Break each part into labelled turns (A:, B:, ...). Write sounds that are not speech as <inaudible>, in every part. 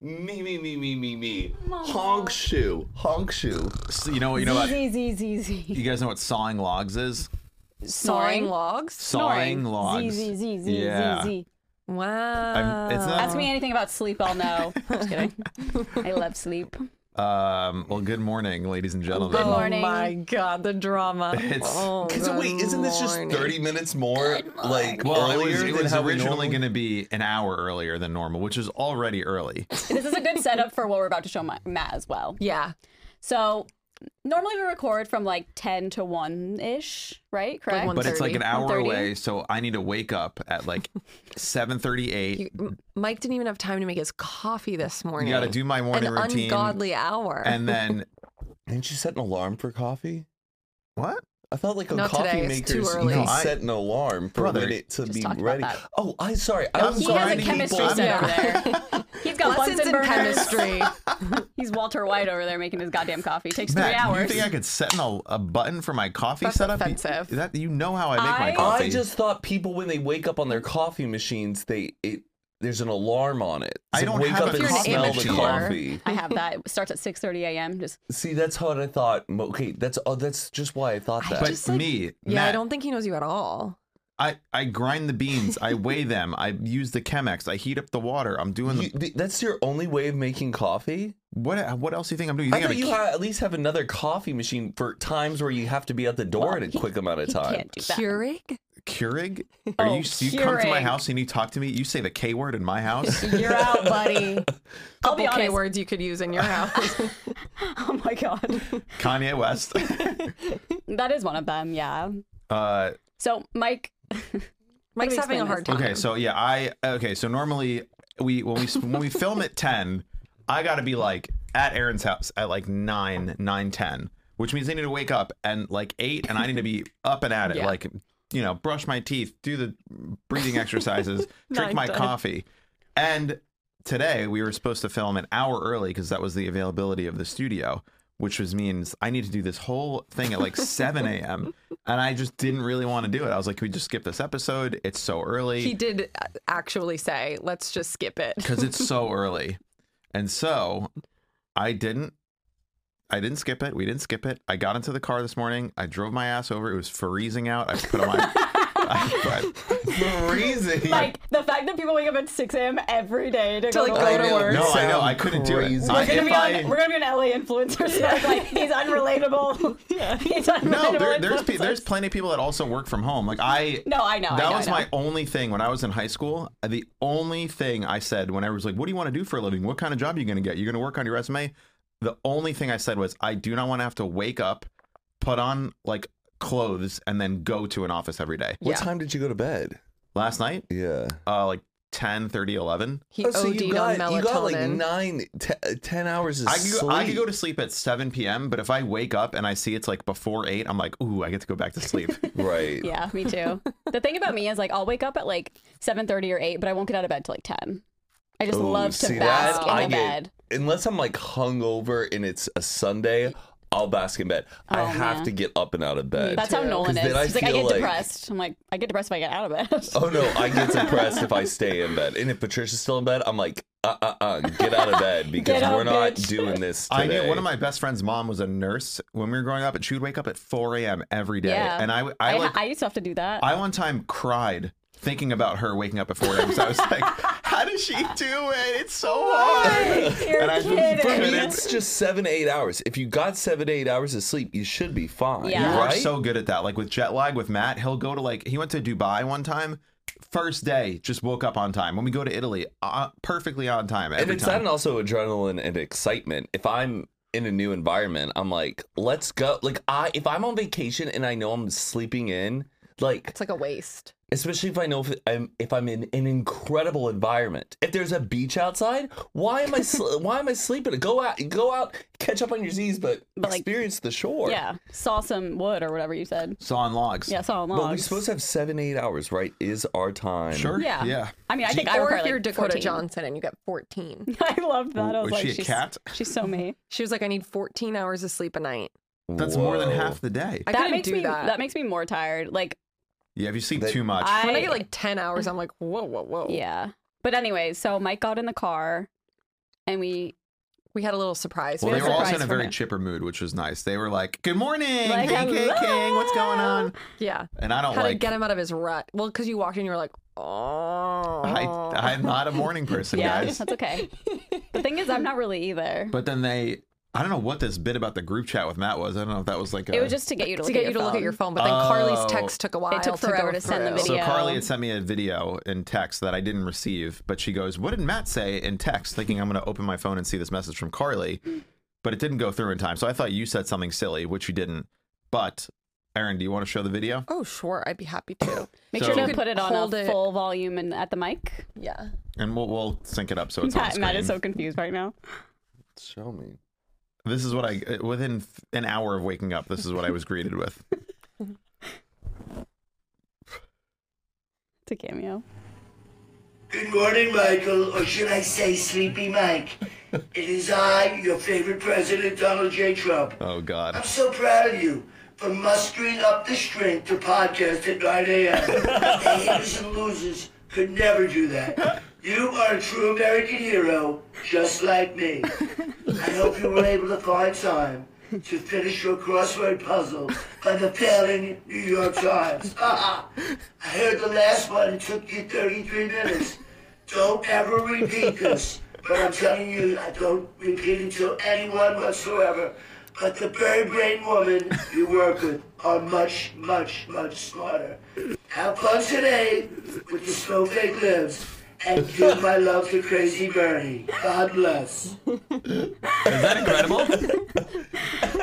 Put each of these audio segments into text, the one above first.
A: me, me, me, me, me, me.
B: Mama.
A: Honk shoe. Honk shoe.
C: So you know what you know about
D: Z, Z, Z, Z.
C: you guys know what sawing logs is?
B: Snoring
D: Snoring.
B: logs.
C: Sawing
D: Snoring.
C: logs.
D: Z, Z, Z, Z,
C: yeah.
D: Z, Z.
B: Wow.
C: I'm- it's not-
D: Ask me anything about sleep, I'll <laughs> know. Just kidding. I love sleep.
C: Um, well, good morning, ladies and gentlemen.
D: Good
B: oh
D: morning.
B: my god, the drama.
C: It's-
B: oh,
A: So
B: good
A: wait, isn't this just
B: morning.
A: 30 minutes more like
C: Well, it
A: earlier
C: was, it
A: than
C: was
A: how we
C: originally
A: normally-
C: going to be an hour earlier than normal, which is already early.
D: This is a good setup for what we're about to show Ma- Matt as well.
B: Yeah.
D: So normally we record from like 10 to 1 ish, right? Correct?
B: one-
C: But it's like an
B: 1:30.
C: hour
D: 1:30?
C: away, so I need to wake up at like
D: <laughs>
C: 7:38.
B: You- M- Mike didn't even have time to make his coffee this morning.
C: You got to do my morning
B: An
C: routine.
B: ungodly hour.
C: And
D: <laughs>
C: then
A: Didn't you set an alarm for coffee?
C: what?
A: I thought like a
B: Not
A: coffee
B: today, it's
A: maker
B: too early.
A: you
B: No,
C: I-
A: set an alarm for
C: Brother,
A: when it to
D: just
A: be
D: talked about
A: ready.
D: that.
A: Oh, I sorry. I
C: I'm
A: was
D: he has a
A: grinding
D: chemistry
A: people.
D: set
B: Yeah.
D: over there.
B: <laughs>
D: He's got
B: lessons
D: Bunsen
B: in
D: burners.
C: <laughs>
B: chemistry.
D: He's Walter White over there making his goddamn coffee. Takes three
C: Matt,
D: hours.
C: you think I could set an, al- a button for my coffee
B: That's
C: setup? You-
B: offensive.
C: that you know how I make
D: I-
C: my
D: I
C: coffee.
A: I just thought people when they wake up on their coffee machines, they it, there's an alarm on it.
C: I
A: So
C: don't
A: wake
C: have
A: up
C: a
A: and
B: coffee
A: smell the
B: machine.
A: coffee.
D: I have that. It starts at 6.30 a.m. Just
A: See, that's what I thought. Mo- Okay, that's oh, that's just why I thought
B: I
A: that.
C: but
B: just, like-
C: me,
B: yeah, I
C: Matt,
B: don't think he knows you at all.
C: I, I grind the beans, I weigh them, I use the Chemex, I heat up the water, I'm doing
A: You-
C: the
A: th- that's your only way of making coffee.
C: what what else do you think I'm doing?
A: I
C: think
A: thought
C: I'm a
A: you
C: ki-
A: had, at least have another coffee machine for times where you have to be at the door in a quick amount of
D: he
A: time. <laughs>
D: can't do that.
B: Keurig?
C: Keurig? Are
D: Oh,
C: you you come to my
D: Keurig.
C: house and you talk to me? You say the K word in my
D: <laughs>
C: house?
D: You're out, buddy. <laughs> I'll
B: Couple
D: be
B: K
D: honest.
B: words you could use in your house.
D: <laughs> Oh my god,
C: Kanye West.
D: that is one of them. Yeah.
C: Uh,
D: So
C: <laughs>
D: Mike,
B: Mike's
D: Let me
B: having a
D: explain
B: hard
D: this.
B: time.
C: okay, so yeah, I okay, so normally we when we when we film at 10, I got to be like at Aaron's house at like 9 nine ten, which means I need to wake up and like 8 and I need to be up and at it
B: Yeah.
C: like you know, brush my teeth, do the
B: <laughs>
C: breathing exercises, drink
B: Nine
C: my
B: ten.
C: coffee. And today we were supposed to film an hour early because that was the availability of the studio, which was means I need to do this whole thing at like 7 a.m. And I just didn't really want to do it. I was like, can we just skip this episode? It's so
B: He
C: early
B: did uh, actually say, let's just skip
C: <laughs>
B: it.
C: because it's
D: <laughs>
C: so early. And so I didn't. I didn't skip it. We didn't skip it. I got into the car this morning. I drove my ass over. It was freezing out. I put on
D: <laughs>
C: my. I,
A: Freezing.
D: like the fact that people wake up at 6 a.m. every day to, go,
B: like,
D: to
B: go
D: work.
B: to work.
C: No, I know. I
A: Sound
C: couldn't do it.
A: crazy.
C: I-
D: We're gonna,
C: if
D: be
C: I-
D: on, we're gonna be an LA influencer. So it's <laughs> like
C: <laughs>
D: these unrelatable. <laughs> These unrelatable
C: no, there, there's pe-
D: influencers.
C: there's plenty of people that also work from home. Like I,
D: No, I know. I
C: that
D: know,
C: was
D: I know.
C: my only thing when I was in high school. The only thing I said when I was like, "What do you want to do for a living? What kind of job are you going to get? You're going to work on your resume." The only thing I said was, "I do not want to have to wake up, put on like clothes, and then go to an office every day."
A: What
B: Yeah.
A: time did you go to bed?
C: Last night,
A: Yeah.
C: uh, like 10, 30, 11.
B: He
A: Oh, so
B: OD'd
A: you got,
B: on melatonin.
A: you got like nine, te- uh, 10 hours of
C: I could, go,
A: sleep.
C: I could go to sleep at 7 p.m., but if I wake up and I see it's like before 8, I'm like, ooh, I get to go back to <laughs> sleep.
A: Right.
B: <laughs>
D: Yeah, me too. the thing about me is like I'll wake up at like 7:30 or 8, but I won't get out of bed till like 10. I just
A: Ooh,
D: love to
A: Oh, see
D: bask
A: that?
D: in
A: I
D: the
A: get-
D: bed.
A: Unless I'm like hungover and it's a Sunday, I'll bask in bed. I
D: Oh,
A: have
D: man.
A: to get up and out of bed.
D: That's how
B: too.
D: Nolan
A: 'Cause
D: is.
A: then I
D: He's like, I
A: feel
D: get
A: like-
D: depressed. I'm like, I get depressed if I get out of bed.
A: Oh no, I get depressed if I stay in bed. And if Patricia's still in bed, I'm like, uh uh uh, get out of bed because
D: <laughs> Get out,
A: we're not
D: bitch.
A: doing this today.
C: I knew one of my best friend's mom was a nurse when we were growing up, and she would wake up at 4 a.m. every day.
D: Yeah.
C: And I, I,
D: I,
C: like,
D: I
C: I,
D: used to have to do that.
C: one time cried thinking about her waking up at 4 a.m. So
D: <laughs>
C: I was like, how does she do it? It's so hard.
D: You're
C: And I-
A: For me,
D: kidding.
A: it's just seven to eight hours. If you got seven to eight hours of sleep, you should be fine.
D: Yeah.
C: You are
A: Right?
C: so good at that. Like with jet lag with Matt, he'll go to like, he went to Dubai one time. First day, just woke up on time. When we go to Italy, uh, perfectly on time. Every
A: and it's
C: time.
A: that and also adrenaline and excitement. If I'm in a new environment, I'm like, let's go. Like I if I'm on vacation and I know I'm sleeping in, like
B: It's like a waste.
A: especially if I know if I'm if I'm in an incredible environment. If there's a beach outside, why am I sl- <laughs> why am I sleeping? Go out, go out, catch up on your Z's, but,
D: But, like,
A: experience the shore.
D: Yeah, saw some wood or whatever you said.
C: Sawn logs.
D: Yeah, saw
A: But we're
D: logs.
A: supposed to have seven, eight hours, right? Is our time.
C: Sure.
D: Yeah.
C: Yeah.
D: I mean, I think I
B: or
D: require
B: if you're
D: like
B: Dakota
D: 14.
B: Johnson and you get 14.
D: <laughs> I love that. I was,
C: Was
D: like,
C: she a
D: she's,
C: cat?
D: She's so me.
B: She was like, <laughs> I need 14 hours of sleep a night.
C: That's more than
A: Whoa.
C: half the day.
B: I
D: that
B: couldn't
D: makes
B: do
D: me.
B: that.
D: makes me more tired. Like
C: Yeah, if you sleep
A: That-
C: too much.
D: I,
B: when I get
A: Oh.
B: like 10 hours, I'm like, whoa, whoa, whoa.
D: yeah. But anyway, so Mike got in the car, and we
B: We had a little surprise.
C: Well,
D: We
C: they
D: had
C: were
D: a
C: also
D: surprise
C: in a
D: for
C: very
D: him.
C: chipper mood, which was nice. They were like, "Good morning,
D: Like,
C: hey, K King, what's going on?"
B: yeah.
C: And I don't
B: How
C: like.
B: to get him out of his rut? Well, because you walked in, you were like, oh.
C: I, I'm not a
D: <laughs>
C: morning person,
D: yeah,
C: guys.
B: <laughs>
D: that's okay. the thing is, I'm not really either.
C: But then they, I don't know what this bit about the group chat with Matt was. I don't know if that was like a.
D: it was just to get you to,
B: to
D: look
B: get
D: at
B: you to
D: your
B: look at your
D: phone.
B: phone, but then Carly's
C: Oh.
B: text took a while.
D: took
B: go
D: forever to send the
B: through.
D: video.
C: So Carly had sent me a video in text that I didn't receive, but she goes, "What did Matt say in text?" Thinking I'm going to open my phone and see this message from Carly, but it didn't go through in time. So I thought you said something silly, which you didn't. But Aaron, do you want to show the video?
B: Oh, sure. I'd be happy to.
D: Make
C: So-
D: sure
C: You
D: to
B: could
D: put it on
B: hold
D: a
B: it-
D: full volume and at the mic.
B: yeah.
C: And we'll we'll sync it up so it's on
D: Matt,
C: screen.
D: Matt is so confused right now.
A: Show me.
C: This is what I uh, within th- an hour of waking up. This is what I was greeted with.
D: It's a cameo.
E: Good morning, Michael, or should I say Sleepy Mike. It is I, your favorite president, Donald J. Trump.
C: Oh God.
E: I'm so proud of you for mustering up the strength to podcast at 9 a.m. the haters and losers could never do that. You are a true American hero, just like me. I hope you were able to find time to finish your crossword puzzle by the failing New York Times. I heard the last one took you 33 minutes. Don't ever repeat this, but I'm telling you, I don't repeat it to anyone whatsoever. But the bird brain woman you work with are much, much, much smarter. Have fun today with the snowflake lives, and give my love to Crazy Bernie. God bless.
A: Is that <laughs> incredible?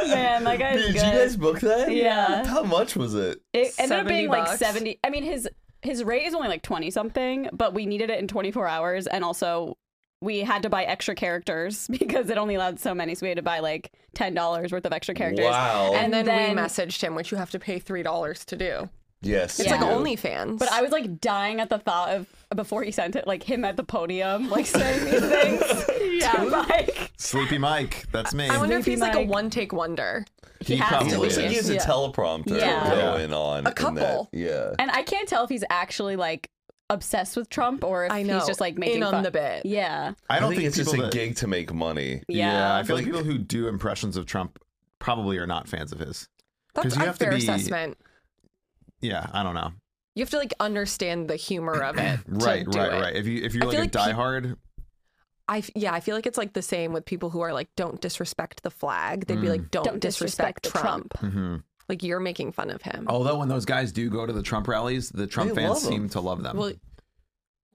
D: Man, that guy's
A: Did
D: good.
A: you guys book that?
D: Yeah.
A: How much was it?
D: It ended up
B: 70
D: being like
B: bucks.
D: 70. I mean, his his rate is only like 20 something, but we needed it in 24 hours and also we had to buy extra characters <laughs> because it only allowed so many. So we had to buy like $10 worth of extra characters.
A: Wow.
B: And then, we messaged him, which you have to pay $3 to do.
A: Yes.
B: It's
A: you
B: like
A: do.
B: OnlyFans.
D: But I was like dying at the thought of before he sent it, like him at the podium, like saying these things.
B: <laughs>
D: yeah. <laughs> Like,
C: Sleepy Mike, that's me.
B: I wonder if
D: Sleepy
B: he's like a
D: Mike.
B: one take wonder.
C: he
D: has to
A: He
C: probably
A: looks
C: is.
A: like he has a
B: Yeah.
A: teleprompter
D: Yeah.
A: going on.
B: A
A: in that-
B: couple.
A: Yeah.
D: and I can't tell if he's actually like obsessed with Trump or if
B: I know.
D: he's just like making
B: in
D: fun.
B: on the bit.
D: Yeah.
C: I
A: I
C: don't
A: don't think, it's just a
C: people that-
A: gig to make money.
C: Yeah,
D: Yeah.
C: I feel like,
A: Like-
C: people who do impressions of Trump probably are not fans of his.
B: That's
C: 'Cause you
B: a
C: have to
B: fair
C: be-
B: assessment.
C: Yeah, I don't know.
B: You have to like understand the humor
C: <clears throat>
B: of it. to
C: Right,
B: do
C: right,
B: it.
C: right. If you if you're
B: I
C: like,
B: feel
C: a
B: like pe-
C: diehard,
B: I f- yeah, I feel like it's like the same with people who are like, don't disrespect the flag. They'd be like, Mm. don't,
D: Don't
B: disrespect,
D: disrespect the
B: Trump.
D: Trump.
B: Like you're making fun of him.
A: Oh.
C: although when those guys do go to the Trump rallies, the Trump
A: They
C: fans
A: love 'em.
C: seem to love them.
B: Well,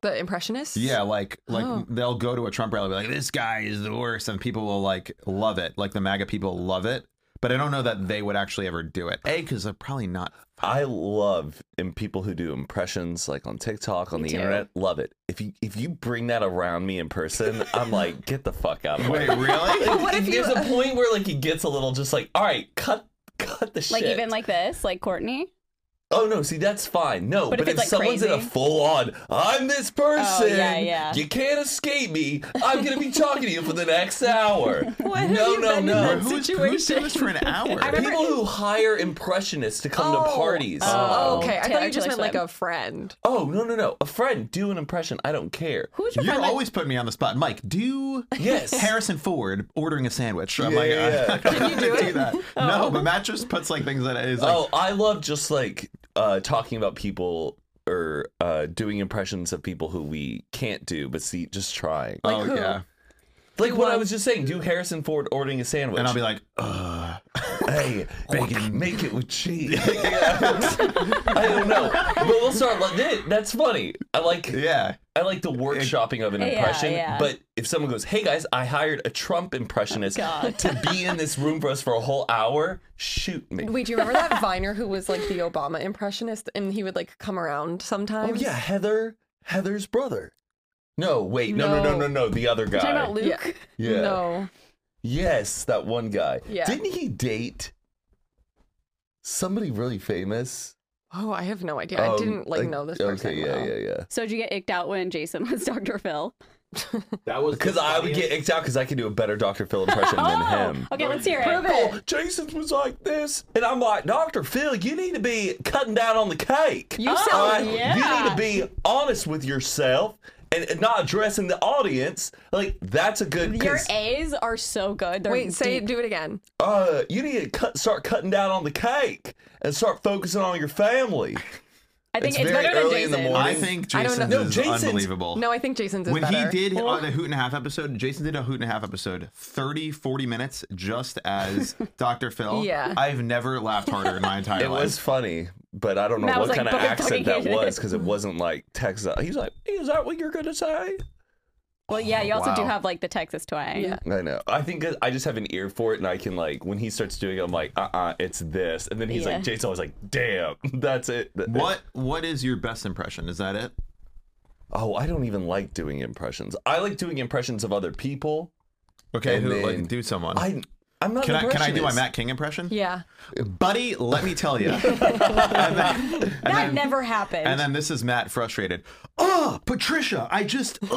B: the impressionists.
C: yeah, like like
B: Oh.
C: they'll go to a Trump rally, be like this guy is the worst, and people will like love it. Like the MAGA people love it, but I don't know that they would actually ever do it. A because they're probably not.
A: I love and people who do impressions like on TikTok on the
D: too.
A: internet love it. If you if you bring that around me in person, I'm like, get the fuck out of my
C: Wait, <laughs> really?
B: But what if you?
A: There's a point where like he gets a little just like, all right, cut cut the
D: Like
A: shit.
D: even like this, like Courtney.
A: oh no, see that's fine. No, but,
D: But if
A: if,
D: it's, like,
A: someone's in a
D: crazy?
A: full on, I'm this person.
D: yeah.
A: You can't escape me. I'm gonna be talking to you for the next hour.
B: What have
A: no,
B: you
A: no,
B: been in
A: no.
B: that
C: Who's, who's doing this for an
B: <laughs>
C: hour?
A: People who hire impressionists to come to parties.
B: Oh, okay. I thought
D: Taylor
B: you just
D: Taylor
B: meant like
D: Swift.
B: a friend.
A: Oh no no no! A friend do an impression. I don't care.
D: Who's your
C: You
D: friend? that-
C: always put me on the spot, Mike.
B: <laughs>
C: Do
A: Yes.
C: Harrison Ford ordering a sandwich. I'm
A: Yeah,
C: like,
A: yeah,
C: <laughs> I, I don't want to do that.
B: Oh.
C: No, but Matt just puts like things that is like,
A: oh, I love just like uh, talking about people or uh, doing impressions of people who we can't do, but see, just trying.
C: oh yeah,
A: Like what I was just saying. Do Harrison Ford ordering a sandwich?
C: and I'll be like, Ugh.
A: hey, bacon, make it with
C: <laughs>
A: cheese. <laughs> I don't know, but we'll start like that. That's funny. I like.
C: yeah,
A: I like the workshopping of an impression,
D: yeah.
A: but if someone goes, "Hey guys, I hired a Trump impressionist
D: God.
A: to be in this room for us for a whole hour," shoot me.
B: Wait, do you remember <laughs> that Viner who was like the Obama impressionist, and he would like come around sometimes?
A: Oh yeah, Heather, Heather's brother. No, wait, no, no, no, no,
B: No.
A: no, the other
D: Talking
A: guy.
D: about Luke.
B: Yeah.
A: Yeah.
B: No.
A: yes, that one guy.
B: Yeah.
A: Didn't he date somebody really famous?
B: Oh, I have no idea. I
A: Um,
B: didn't like know this person.
A: Okay, yeah,
B: well.
A: yeah, yeah.
D: So did you get icked out when Jason was <laughs> Dr. Phil?
F: That was the
A: Because I would get
F: funniest-
A: icked out because I could do a better Dr. Phil impression
B: <laughs>
A: than him.
D: Oh! Okay, let's hear it.
A: Oh, Jason was like this, and I'm like, Doctor Phil, you need to be cutting down on the cake.
B: You
D: Oh,
A: All
B: sound-
A: You need to be honest with yourself and, and not addressing the audience, like that's a good.
D: Your
A: 'cause,
D: A's are so good. They're
B: Wait, say
D: deep.
B: do it again.
A: uh, you need to cut, start cutting down on the cake and start focusing on your family.
D: I think
A: it's
D: it's,
A: very
D: better than
A: early in
D: Jason.
A: the morning.
C: I think
B: I don't
C: Jason's
A: know. No,
C: is
A: Jason's-
C: unbelievable.
B: No, I think Jason's is
C: when
B: better.
C: he did on the Hoot and a Half episode, Jason did a Hoot and a Half episode, 30, 40 minutes, just
B: <laughs>
C: as Dr. Phil.
B: Yeah.
C: I've never laughed harder in my entire <laughs>
A: It
C: life.
A: was funny, but I don't know
D: Matt
A: what
D: was like,
A: kind of
D: "But I
A: accent
D: fucking
A: that
D: hated
A: was
D: it."
A: because it wasn't like Texas. He's like, "Is that what you're gonna say?"
D: Well, yeah, you also do
C: Wow.
D: have like the Texas twang.
B: Yeah.
A: I know. I think that I just have an ear for it, and I can like when he starts doing, it, I'm like, "Uh, uh it's this," and then he's
D: Yeah.
A: like, "Jason's always like, damn, <laughs> that's it." Th-
C: What What is your best impression? Is that it?
A: Oh, I don't even like doing impressions. I like doing impressions of other people.
C: Okay,
A: And
C: who
A: then-
C: like, do someone?
A: I, I'm not.
C: can
A: an
C: I Can I do my
A: impressionist. <gasps>
C: Matt King impression?
B: yeah.
C: buddy, let me tell
B: <laughs>
C: you. and then, and
D: That
C: then-
D: never happened.
C: And then this is Matt frustrated. Ugh, Patricia, I just
B: <laughs>
C: ugh,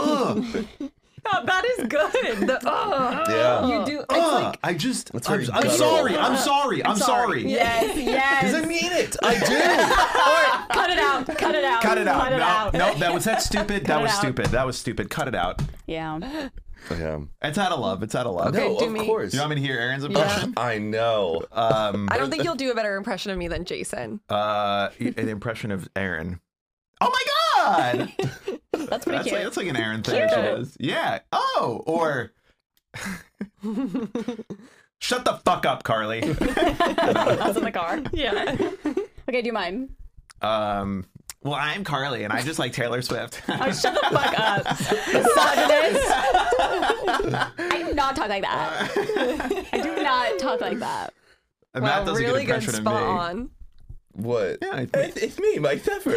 B: Oh, that is
D: <laughs>
B: good. The, oh,
A: Yeah.
B: you do. It's
C: ugh,
B: like
C: I just. I'm,
A: very
C: I'm
A: guttural.
C: sorry.
B: <laughs>
C: I'm sorry. I'm sorry.
D: yes, yes.
A: I mean it. I <laughs> do.
D: Cut it out. Cut it out.
C: Cut it out.
D: Cut it
C: no,
D: out.
C: no, that was that
D: <laughs>
C: stupid. that
D: it
C: was
D: out.
C: stupid. That was stupid. Cut it out.
D: Yeah.
A: yeah.
C: It's out of love. It's out of love.
B: Okay,
A: no,
B: do
A: of
B: me.
A: course.
C: You want me to hear Aaron's impression?
A: I know.
C: Um,
B: I don't think you'll do a better impression of me than Jason.
C: uh, an impression of Aaron. Oh
D: <laughs>
C: my god!
D: That's pretty
C: that's,
D: cute.
C: like, that's like an Aaron thing. She does. Yeah. Oh,
D: <laughs>
C: or shut the fuck up,
D: <laughs>
C: Carly.
D: That's in the
C: <laughs>
D: car.
B: Yeah.
D: <laughs> Okay, do mine.
C: Um, well, I'm Carly, and I just like Taylor Swift. <laughs>
D: Oh, shut the fuck up. Misogynist. I do not talk like that. I do not talk like that.
B: Wow,
C: Matt does
B: really
C: a
B: good,
C: good impression
B: spot
C: of me.
B: on.
A: what?
C: Yeah, it's me.
A: It's, it's me, Mike Teffer.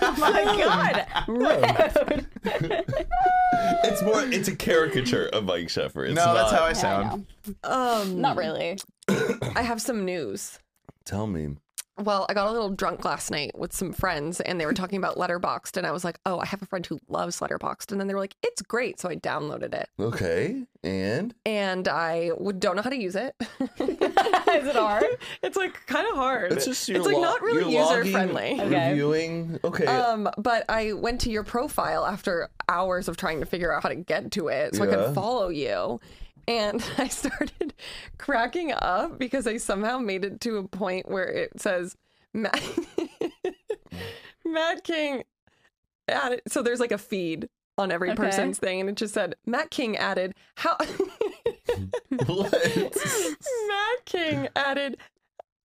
B: Oh
D: My God. Rude.
A: <laughs> it's more. It's a caricature of Mike Sheffer. It's
C: No,
A: not-
C: that's how I
D: Yeah, I
C: sound.
B: Um,
D: Not really. <laughs>
B: I have some news.
A: Tell me.
B: Well, I got a little drunk last night with some friends, and they were
A: <laughs>
B: talking about Letterboxd, and I was like, "Oh, I have a friend who loves Letterboxd," and then they were like, "It's great," so I downloaded it,
A: Okay, and
B: and I would, don't know how to use it. <laughs>
D: Is it hard?
B: it's like kind of hard.
A: it's just your
B: it's like
A: lo-
B: not really
A: your logging,
B: user friendly.
D: Okay.
A: Reviewing. Okay.
B: Um, but I went to your profile after hours of trying to figure out how to get to it so I
A: Yeah.
B: could follow you. And <laughs> I started cracking up because I somehow made it to a point where it says Matt, <laughs> Matt King added. So there's like a feed on every
D: Okay.
B: person's thing, and it just said Matt King added how.
A: <laughs>
B: <laughs>
A: what?
B: Matt King added.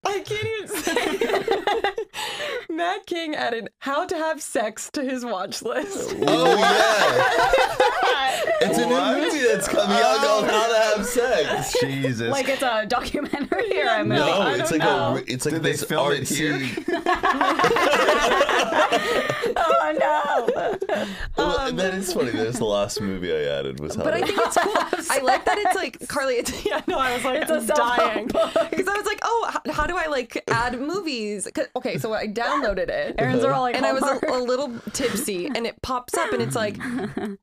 B: I can't even say. it. <laughs> Matt King added how to have sex to his watch list.
A: Oh yeah. it's a new movie that's coming out called How to Have Sex.
C: Jesus.
D: <laughs> Like it's a documentary or a movie.
A: No,
D: I
A: it's
D: don't
A: like
D: know.
A: a. It's like
C: Did they
A: this
C: film it
A: artsy-
C: here?
D: Oh no.
A: <laughs> Well, that is funny. That's the last movie I added was. How
B: But
A: to
B: I think <laughs> it's
D: <laughs>
B: cool. I like that it's like Carly. It's, <laughs> yeah, no, I was like
D: It's a self-help book.
B: because I was like, oh, how, how do I like add movies? 'Cause- Okay, so I downloaded it.
D: Aaron's are all like
B: and I was
D: Hallmark.
B: a, a little tipsy, and it pops up, and it's
D: <laughs>
B: like,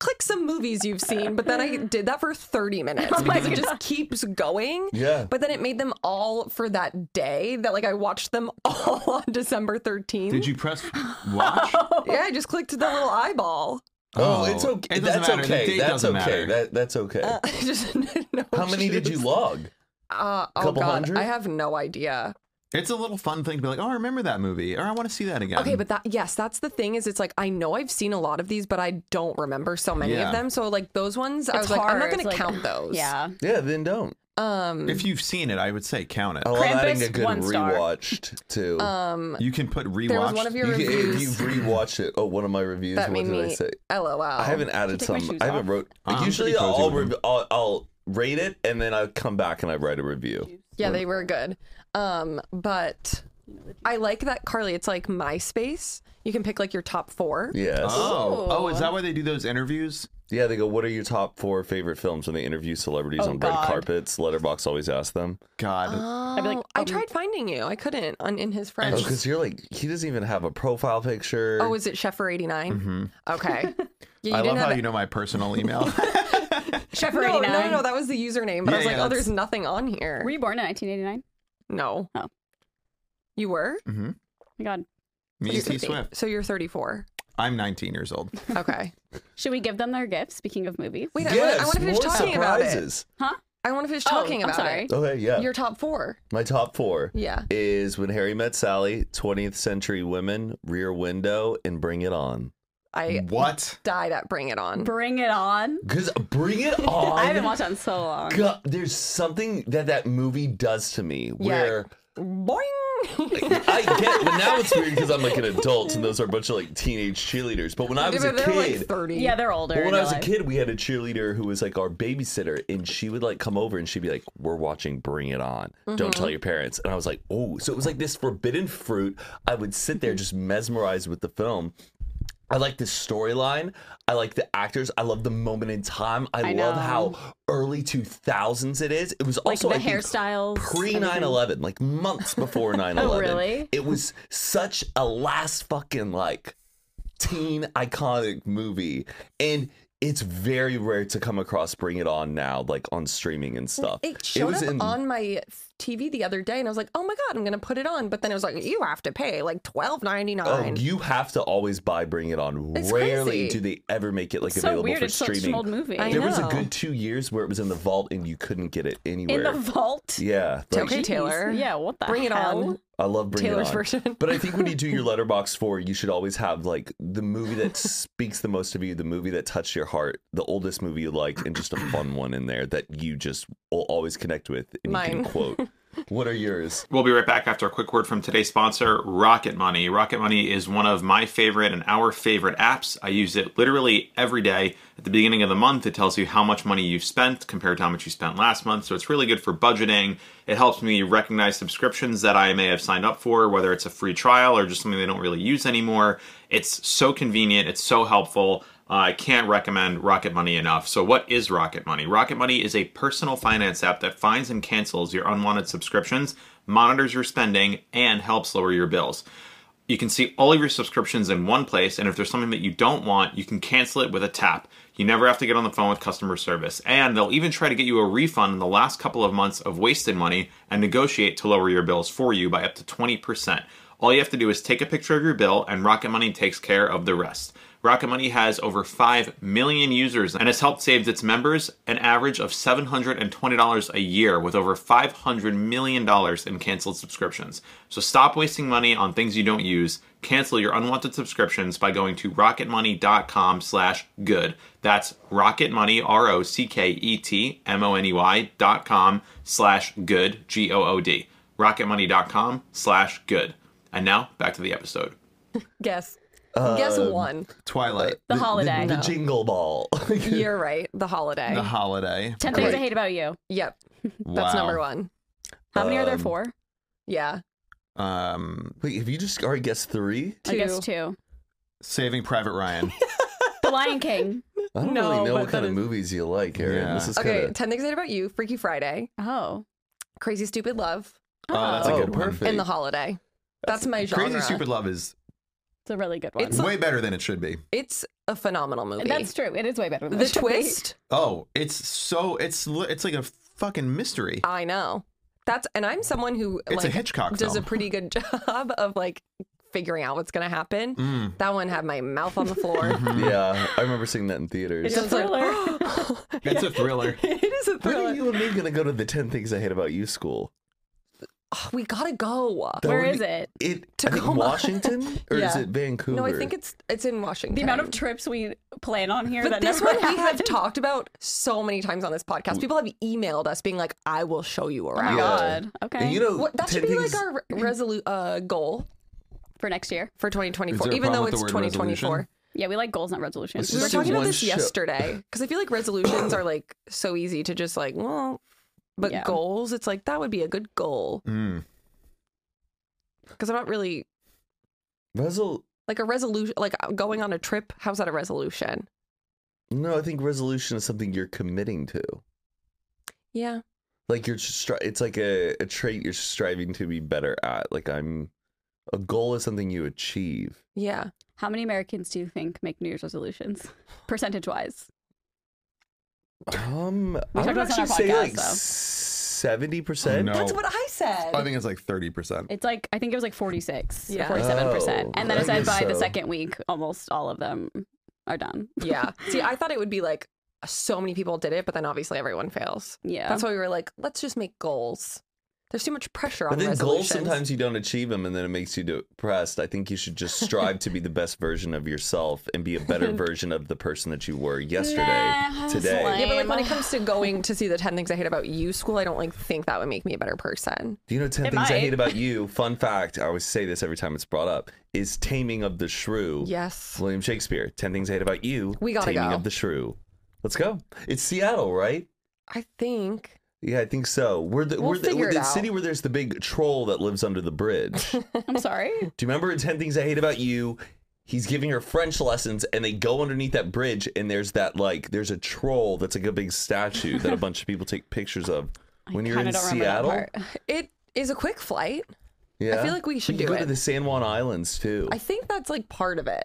B: click some movies you've seen. But then I did that for 30 minutes
D: Oh
B: because it just keeps going.
A: Yeah.
B: But then it made them all for that day. That like I watched them <laughs> all on December 13th.
C: Did you
D: <laughs>
C: press watch?
B: Yeah, I just clicked the little eyeball. <laughs>
A: Oh, it's okay.
C: It doesn't
A: That's
C: matter. The
A: okay.
C: date
A: That's
C: doesn't
A: okay.
C: matter.
A: That that's okay.
B: I just <laughs> didn't know
A: How
B: what
A: many
B: to
A: did
B: do.
A: you log?
B: Uh, oh
A: Couple
B: god,
A: hundred?
B: I have no idea.
C: It's a little fun thing to be like, oh, I remember that movie, or I want to see that again.
B: Okay, but that yes, that's the thing is it's like I know I've seen a lot of these, but I don't remember so many
C: Yeah.
B: of them. So like those ones, I
D: It's
B: was like, I'm
D: hard.
B: not gonna
D: It's like-
B: count those.
D: Yeah.
A: Yeah, then don't.
C: if you've seen it, I would say count it.
B: Oh,
A: I love adding
D: Krampus,
A: a good
D: one star.
A: rewatched too.
C: you can put rewatch.
B: um, There was one of your
A: you can, if
B: reviews
A: you rewatch it, oh, one of my reviews.
B: that
A: what
B: made
A: did I
B: me
A: say?
B: LOL.
A: I haven't added
D: take my
A: some.
D: shoes
A: I haven't
D: off.
A: wrote.
C: I'm
A: usually,
C: pretty cozy
A: I'll,
C: with
A: rev- I'll I'll rate it and then I'll come back and I write a review.
B: Yeah, they were good. Um, but I like that Carly, it's like MySpace. You can pick like your top four.
A: Yes.
C: Oh, oh, is that why they do those interviews?
A: Yeah, they go. What are your top four favorite films? When they interview celebrities
D: Oh,
A: on red
D: God.
A: carpets, Letterbox always asks them.
C: God,
B: I'd
D: be like,
B: I
D: um,
B: tried finding you. I couldn't on in his
A: Oh,
B: friends.
A: because you're like he doesn't even have a profile picture.
B: Oh, is it Sheffer eighty
D: <laughs>
B: Okay. Yeah, you
C: Mm-hmm. I love
B: didn't
C: how
B: have
C: you know my personal
B: <laughs>
C: email.
D: Sheffer
B: No,
D: 89.
B: no, no, no, that was the username. But
C: Yeah,
B: I was
C: yeah,
B: like, oh,
C: that's-
B: there's nothing on here.
D: Were you born in 1989?
B: No.
D: Oh.
B: You were?
D: Oh my God.
C: Me,
B: You're
C: T.
B: 50.
C: Swift.
B: So you're 34.
G: I'm 19 years old.
B: Okay.
D: Should we give them their gifts? Speaking of movies,
B: Wait, I, wanna, I
A: Yes,
B: wanna finish
A: more
B: talking
A: surprises.
D: huh?
B: about it. I want to finish
D: <laughs> Oh,
B: talking
D: I'm
B: about
D: sorry.
B: it.
A: Okay, yeah.
B: Your top four.
A: My top four
B: Yeah.
A: is When Harry Met Sally, 20th Century Women, Rear Window, and Bring It On.
B: I
C: Mm.
G: What?
B: died at Bring It On.
D: Bring it on.
A: Because Bring
B: <laughs>
A: It On.
D: I haven't watched that in so long.
A: God, there's something that that movie does to me where
B: Boing!
A: I get. Well, now it's weird because I'm like an adult and those are a bunch of like teenage cheerleaders. But when
D: <laughs>
A: I was
B: Yeah,
A: a
B: but they're
A: kid,
B: like 30.
D: <laughs> Yeah, they're older.
A: Well, when
D: in
A: I was
D: real
A: a
D: life.
A: kid, we had a cheerleader who was like our babysitter, and she would like come over and she'd be like, "We're watching Bring It On.
D: Mm-hmm.
A: Don't tell your parents." And I was like, "Oh!" So it was like this forbidden fruit. I would sit there just mesmerized with the film. I like the storyline. I like the actors. I love the moment in time. I,
D: I
A: love
D: know.
A: how early 2000s it is. It was
D: like
A: also
D: the
A: I think,
D: hairstyles,
A: pre
D: everything.
A: 9-11 like months
D: <laughs>
A: before 9-11
D: Oh, really?
A: it was such a last fucking like teen iconic movie and it's very rare to come across bring it on now like on streaming and stuff
B: It showed
A: was
B: up
A: in
B: on my TV the other day, and I was like, "Oh my god, I'm gonna put it on!" But then it was like, "You have to pay like twelve ninety
A: Oh,
B: nine.
A: you have to always buy Bring It On.
B: It's
A: Rarely
B: crazy.
A: do they ever make it like
D: so
A: available
D: weird.
A: for
D: It's
A: streaming.
D: such an old movie.
B: I
A: There was a
B: know.
A: good two years where it was in the vault and you couldn't get it
D: in
A: anywhere.
D: the vault.
A: yeah, like-
B: Okay,
D: Jeez.
B: Taylor.
D: Yeah, what the
B: Bring it
D: hell?
B: on.
A: I love bringing
B: Taylor's
A: it on.
B: version.
A: But I think when you
B: <laughs>
A: do your letterbox for, you should always have like the movie that speaks the most to you, the movie that touched your heart, the oldest movie you liked, and just a
B: <clears throat>
A: fun one in there that you just will always connect with and you
B: Mine.
A: can
B: <laughs>
A: quote. What are yours?
C: We'll be right back after a quick word from today's sponsor, Rocket Money. Rocket Money is one of my favorite and our favorite apps. I use it literally every day. At the beginning of the month, it tells you how much money you've spent compared to how much you spent last month. So it's really good for budgeting. It helps me recognize subscriptions that I may have signed up for, whether it's a free trial or just something they don't really use anymore. It's so convenient, it's so helpful. Uh, I can't recommend Rocket Money enough. So, what is Rocket Money? Rocket Money is a personal finance app that finds and cancels your unwanted subscriptions, monitors your spending, and helps lower your bills. You can see all of your subscriptions in one place, and if there's something that you don't want, you can cancel it with a tap. You never have to get on the phone with customer service, and they'll even try to get you a refund in the last couple of months of wasted money and negotiate to lower your bills for you by up to 20%. All you have to do is take a picture of your bill, and Rocket Money takes care of the rest. Rocket Money has over 5 million users and has helped save its members an average of $720 a year with over $500 million in canceled subscriptions. So stop wasting money on things you don't use. Cancel your unwanted subscriptions by going to rocketmoney.com slash good. That's rocketmoney, E R-O-C-K-E-T-M-O-N-E-Y dot com slash good, G-O-O-D. Rocketmoney.com slash good. And now back to the episode.
B: Guess, guess one.
G: Twilight.
D: The holiday.
A: The, Jingle Ball. <laughs>
B: You're right. The holiday.
G: The holiday.
D: Ten things I
A: Right.
D: hate about you.
B: yep, that's
G: Wow.
B: number one.
D: How many are there?
A: Um,
D: Four.
B: Yeah,
G: Um,
A: Wait, have you just already guessed three?
D: I guess
B: two.
D: two.
G: Saving Private Ryan.
D: The Lion King. <laughs>
A: I don't
B: No,
A: really know
B: but
A: what kind
B: that
A: of
B: is-
A: movies you like, Aaron.
G: Yeah.
A: This is
B: Okay,
A: kind of
B: ten things I hate about you. Freaky Friday,
D: Oh.
B: Crazy Stupid Love,
G: Oh, that's a
A: Oh,
G: good one.
A: perfect.
B: and the holiday. That's my genre.
G: Crazy Stupid Love is
D: It's a really good one.
B: It's-
G: way better than it should be.
B: It's a phenomenal movie.
D: <laughs> That's true. It is way better than
B: the
D: it should be.
B: twist.
G: Oh, it's so it's li- it's like a fucking mystery.
B: I know. That's and I'm someone who
G: It's a
B: like
G: Hitchcock
B: does
G: film.
B: a pretty good <laughs> job of like figuring out what's gonna happen.
G: Mm.
B: That one had my mouth on the
G: <laughs>
B: floor.
G: Mm-hmm.
A: Yeah, I remember seeing that in theaters.
D: It's a
B: Just like,
D: thriller. <gasps>
B: <gasps>
D: <laughs>
G: It's a
A: <laughs>
G: thriller.
B: it is a
A: When are
B: thriller.
A: you and me gonna go to the ten things I hate about you school?
B: Oh, we gotta go.
A: That
D: Where
A: would
D: is
A: be-
D: it?
A: It I think
B: Tacoma. <laughs>
A: Washington or is
B: Yeah.
A: it Vancouver?
B: No, I think it's it's in Washington.
D: The amount of trips we plan on here
B: but
D: that
B: this
D: never
B: one we have
D: happened.
B: talked about so many times on this podcast. People have emailed us being like, "I will show you
D: Oh my
B: around."
D: god. Okay.
A: And you
G: Oh,
A: know
B: What, that should
A: 10
B: be like
A: things-
B: our resolu- uh, goal
D: For next year.
B: for
G: Is there
B: 2024,
G: a
B: even though
G: problem with
B: it's
G: the word resolution?
B: 2024.
D: Yeah, we like goals, not resolutions.
B: We were
A: Just do
B: talking about
A: one
B: this
A: show. <laughs>
B: yesterday because I feel like resolutions are like so easy to just like, well, but
D: Yeah.
B: goals, it's like that would be a good goal
G: Mm.
B: because I'm not really
A: resol.
B: like a resolution, like uh, going on a trip. How's that a resolution?
A: No, I think resolution is something you're committing to.
B: Yeah.
A: Like you're just stri- it's like a, a trait you're striving to be better at. Like I'm a goal is something you achieve.
B: Yeah.
D: How many Americans do you think make New
A: <sighs>
D: Year's resolutions? Percentage wise.
A: Um,
D: We
A: I would
D: talked about this on
A: Um, actually say
D: our podcast,
A: like
D: though.
A: seventy percent.
G: No.
B: That's what I said.
G: I think it's like thirty percent.
D: It's like I think it was like 46
B: Yeah.
D: or 47%.
A: Oh,
D: and then
A: I
D: it said
A: guess
D: by the
A: so.
D: second week almost all of them are done.
A: <laughs>
B: yeah. See, I thought it would be like so many people did it, but then obviously everyone fails.
D: Yeah.
B: That's why we were like, let's just make goals. There's too much pressure
A: But
B: on
A: then goals
B: resolutions.
A: sometimes you don't achieve them, and then it makes you depressed. I think you should just strive to be the best version of yourself and be a
B: <laughs>
A: better version of the person that you were yesterday,
D: Nah, that's
A: today.
D: lame.
B: yeah, but like when it
D: Lame.
B: comes to going to see the 10 things I hate about you school, I don't like think that would make me a better person.
A: Do you know 10
D: It
A: things I hate
B: <laughs>
D: might.
A: about you? Fun fact, I always say this every time it's brought up, is Taming of the Shrew.
B: Yes.
A: William Shakespeare, 10 things I hate about you.
B: We gotta
A: Taming
B: go.
A: of the Shrew. Let's go. It's Seattle, right?
B: I think
A: Yeah, I think so. We're the,
B: We'll
A: we're the,
B: figure
A: we're
B: it
A: the
B: out.
A: city where there's the big troll that lives under the
B: <laughs>
A: bridge. Do
D: <laughs> I'm sorry.
A: you remember in 10 things I hate about you? He's giving her French lessons and they go underneath that bridge and there's that like there's a troll that's like a big statue
B: <laughs>
A: that a bunch of people take pictures of. <laughs> When you're
D: Kinda
A: in
D: don't remember that
A: Seattle, <laughs>
D: part.
B: it is a quick flight.
A: yeah,
B: feel like we should
A: you can
B: do
A: go
B: it.
A: to the San Juan Islands too.
B: I think that's like part of it.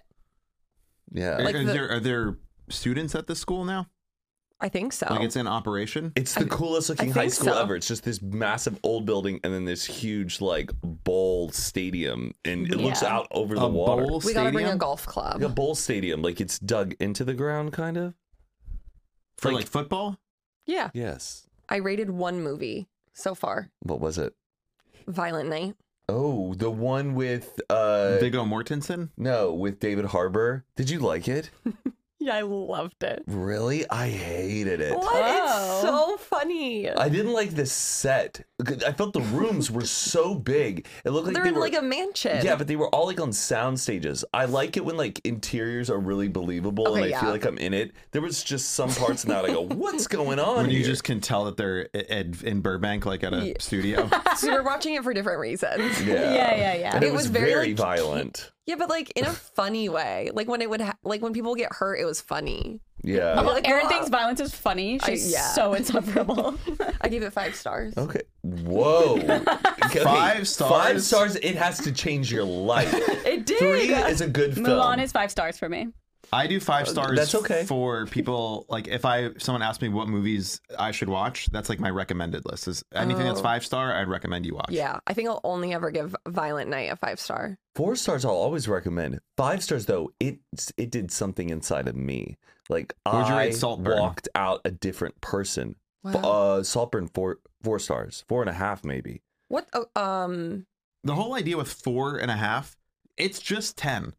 A: yeah,
G: Are-
B: Like
G: are,
B: the-
G: there, are there students at this school now?
B: I think so.
G: Like it's in operation.
A: It's the coolest looking
B: I
A: high
B: think
A: school
B: so.
A: ever. It's just this massive old building and then this huge like bowl stadium and it looks
D: Yeah.
A: out over the
G: a
A: water.
G: bowl
B: we got to bring a
G: stadium
B: golf club.
A: Like a bowl stadium, like it's dug into the ground kind of.
G: for
A: like-
G: like football.
B: Yeah.
A: Yes.
B: I rated one movie so far
A: What was it?
B: Violent Night.
A: Oh, the one with uh
G: Viggo Mortensen.
A: no, with David Harbour. Did you like it?
B: <laughs>
D: Yeah, I loved it.
A: Really? I hated it.
B: It's so
D: Oh.
B: funny.
A: I didn't like the set. I felt the rooms were so big. It looked like
B: They're
A: they
B: in
A: were
B: like a mansion.
A: Yeah, but they were all like on sound stages. I like it when like interiors are really believable
B: Okay,
A: and I
B: yeah.
A: feel like I'm in it. There was just some parts in that I go, what's going on?
G: When you
A: here?"
G: just can tell that they're i- at, in Burbank, like at a
B: Yeah.
G: studio.
B: so <laughs> we were watching it for different reasons.
A: yeah.
D: Yeah, yeah, yeah.
A: And it,
B: It
A: was,
B: was very,
A: very,
B: like,
A: violent.
B: Yeah, but like in a funny way. Like when it would, ha- like when people get hurt, it was funny.
A: Yeah.
B: like,
D: Erin
B: "Wow."
D: thinks violence is funny.
B: I-
D: She's
B: yeah. <laughs>
D: so insufferable.
B: I gave it five stars.
A: Okay. Whoa. Okay, Five
G: Five stars?
A: stars. It has to change your life.
D: it did.
A: Three is a good film.
D: Mulan is five stars for me.
G: I do five stars.
A: Uh, that's okay.
G: for people. Like if I if someone asked me what movies I should watch, that's like my recommended list. Is anything that's
B: Oh.
G: five star, I'd recommend you watch.
B: Yeah, I think I'll only ever give Violent Night a five star.
A: Four stars. I'll always recommend. Five stars though. It it did something inside of me. Like
G: What would you
A: I
G: rate Saltburn?
A: walked out a different person. F-
B: Wow.
A: Uh, Saltburn four four stars, four and a half maybe.
B: What? Oh, um,
G: The whole idea with four and a half, it's just ten.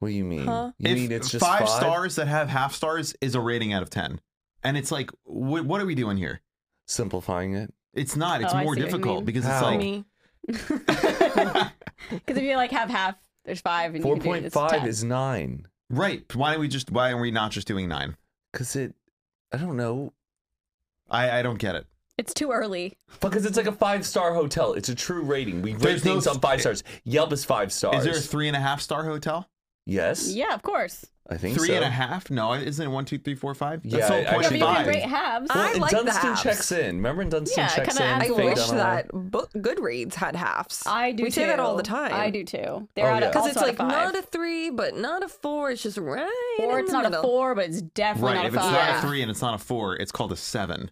A: What do you mean?
B: Huh?
A: You
G: if
A: mean it's just
G: five, stars that have half stars is a rating out of ten, and it's like, wh- what are we doing here?
A: Simplifying it.
G: It's not. It's
D: Oh, I
G: more
D: see what you mean.
G: difficult because it's
A: How?
G: like
B: me.
D: Because if you like have half, there's five. And you
A: Four
D: can do-
A: point
D: it's
A: five
D: 10.
A: is nine.
G: right. Why don't we just? Why are we not just doing nine?
A: Cause it, I don't know.
G: I I don't get it.
D: It's too early.
A: Because it's like a five star hotel. It's a true rating. We rate
G: There's no
A: things
G: f-
A: on five stars. Yelp is five stars.
G: Is there a three and a half star hotel?
A: yes,
D: Yeah, of course.
A: I think
G: Three
A: so.
G: and a half? No, isn't it one, two, three, four, five?
A: Yeah,
G: That's the
A: I
G: whole point
D: Whatever
A: actually
G: of
D: you can
A: five.
D: rate halves.
B: I
A: Well,
B: like the
A: Dunstan
B: halves.
A: checks in. Remember when Dunstan
D: Yeah, it
A: checks in?
D: kinda adds
B: I
D: Fade
A: Fade
B: wish
A: on a
B: that book Goodreads had halves.
D: I do.
B: We say that all the
D: too.
B: time.
D: I do too. They're
A: Oh,
D: out
A: yeah.
D: of
B: Because it's like
D: five.
B: not a three, but not a four. It's just right.
D: or
B: in
D: it's
B: the
D: not a
B: middle.
D: four, but it's definitely
G: Right.
D: not a
G: If it's
D: five.
G: not
B: Yeah.
G: a three and it's not a four, it's called a seven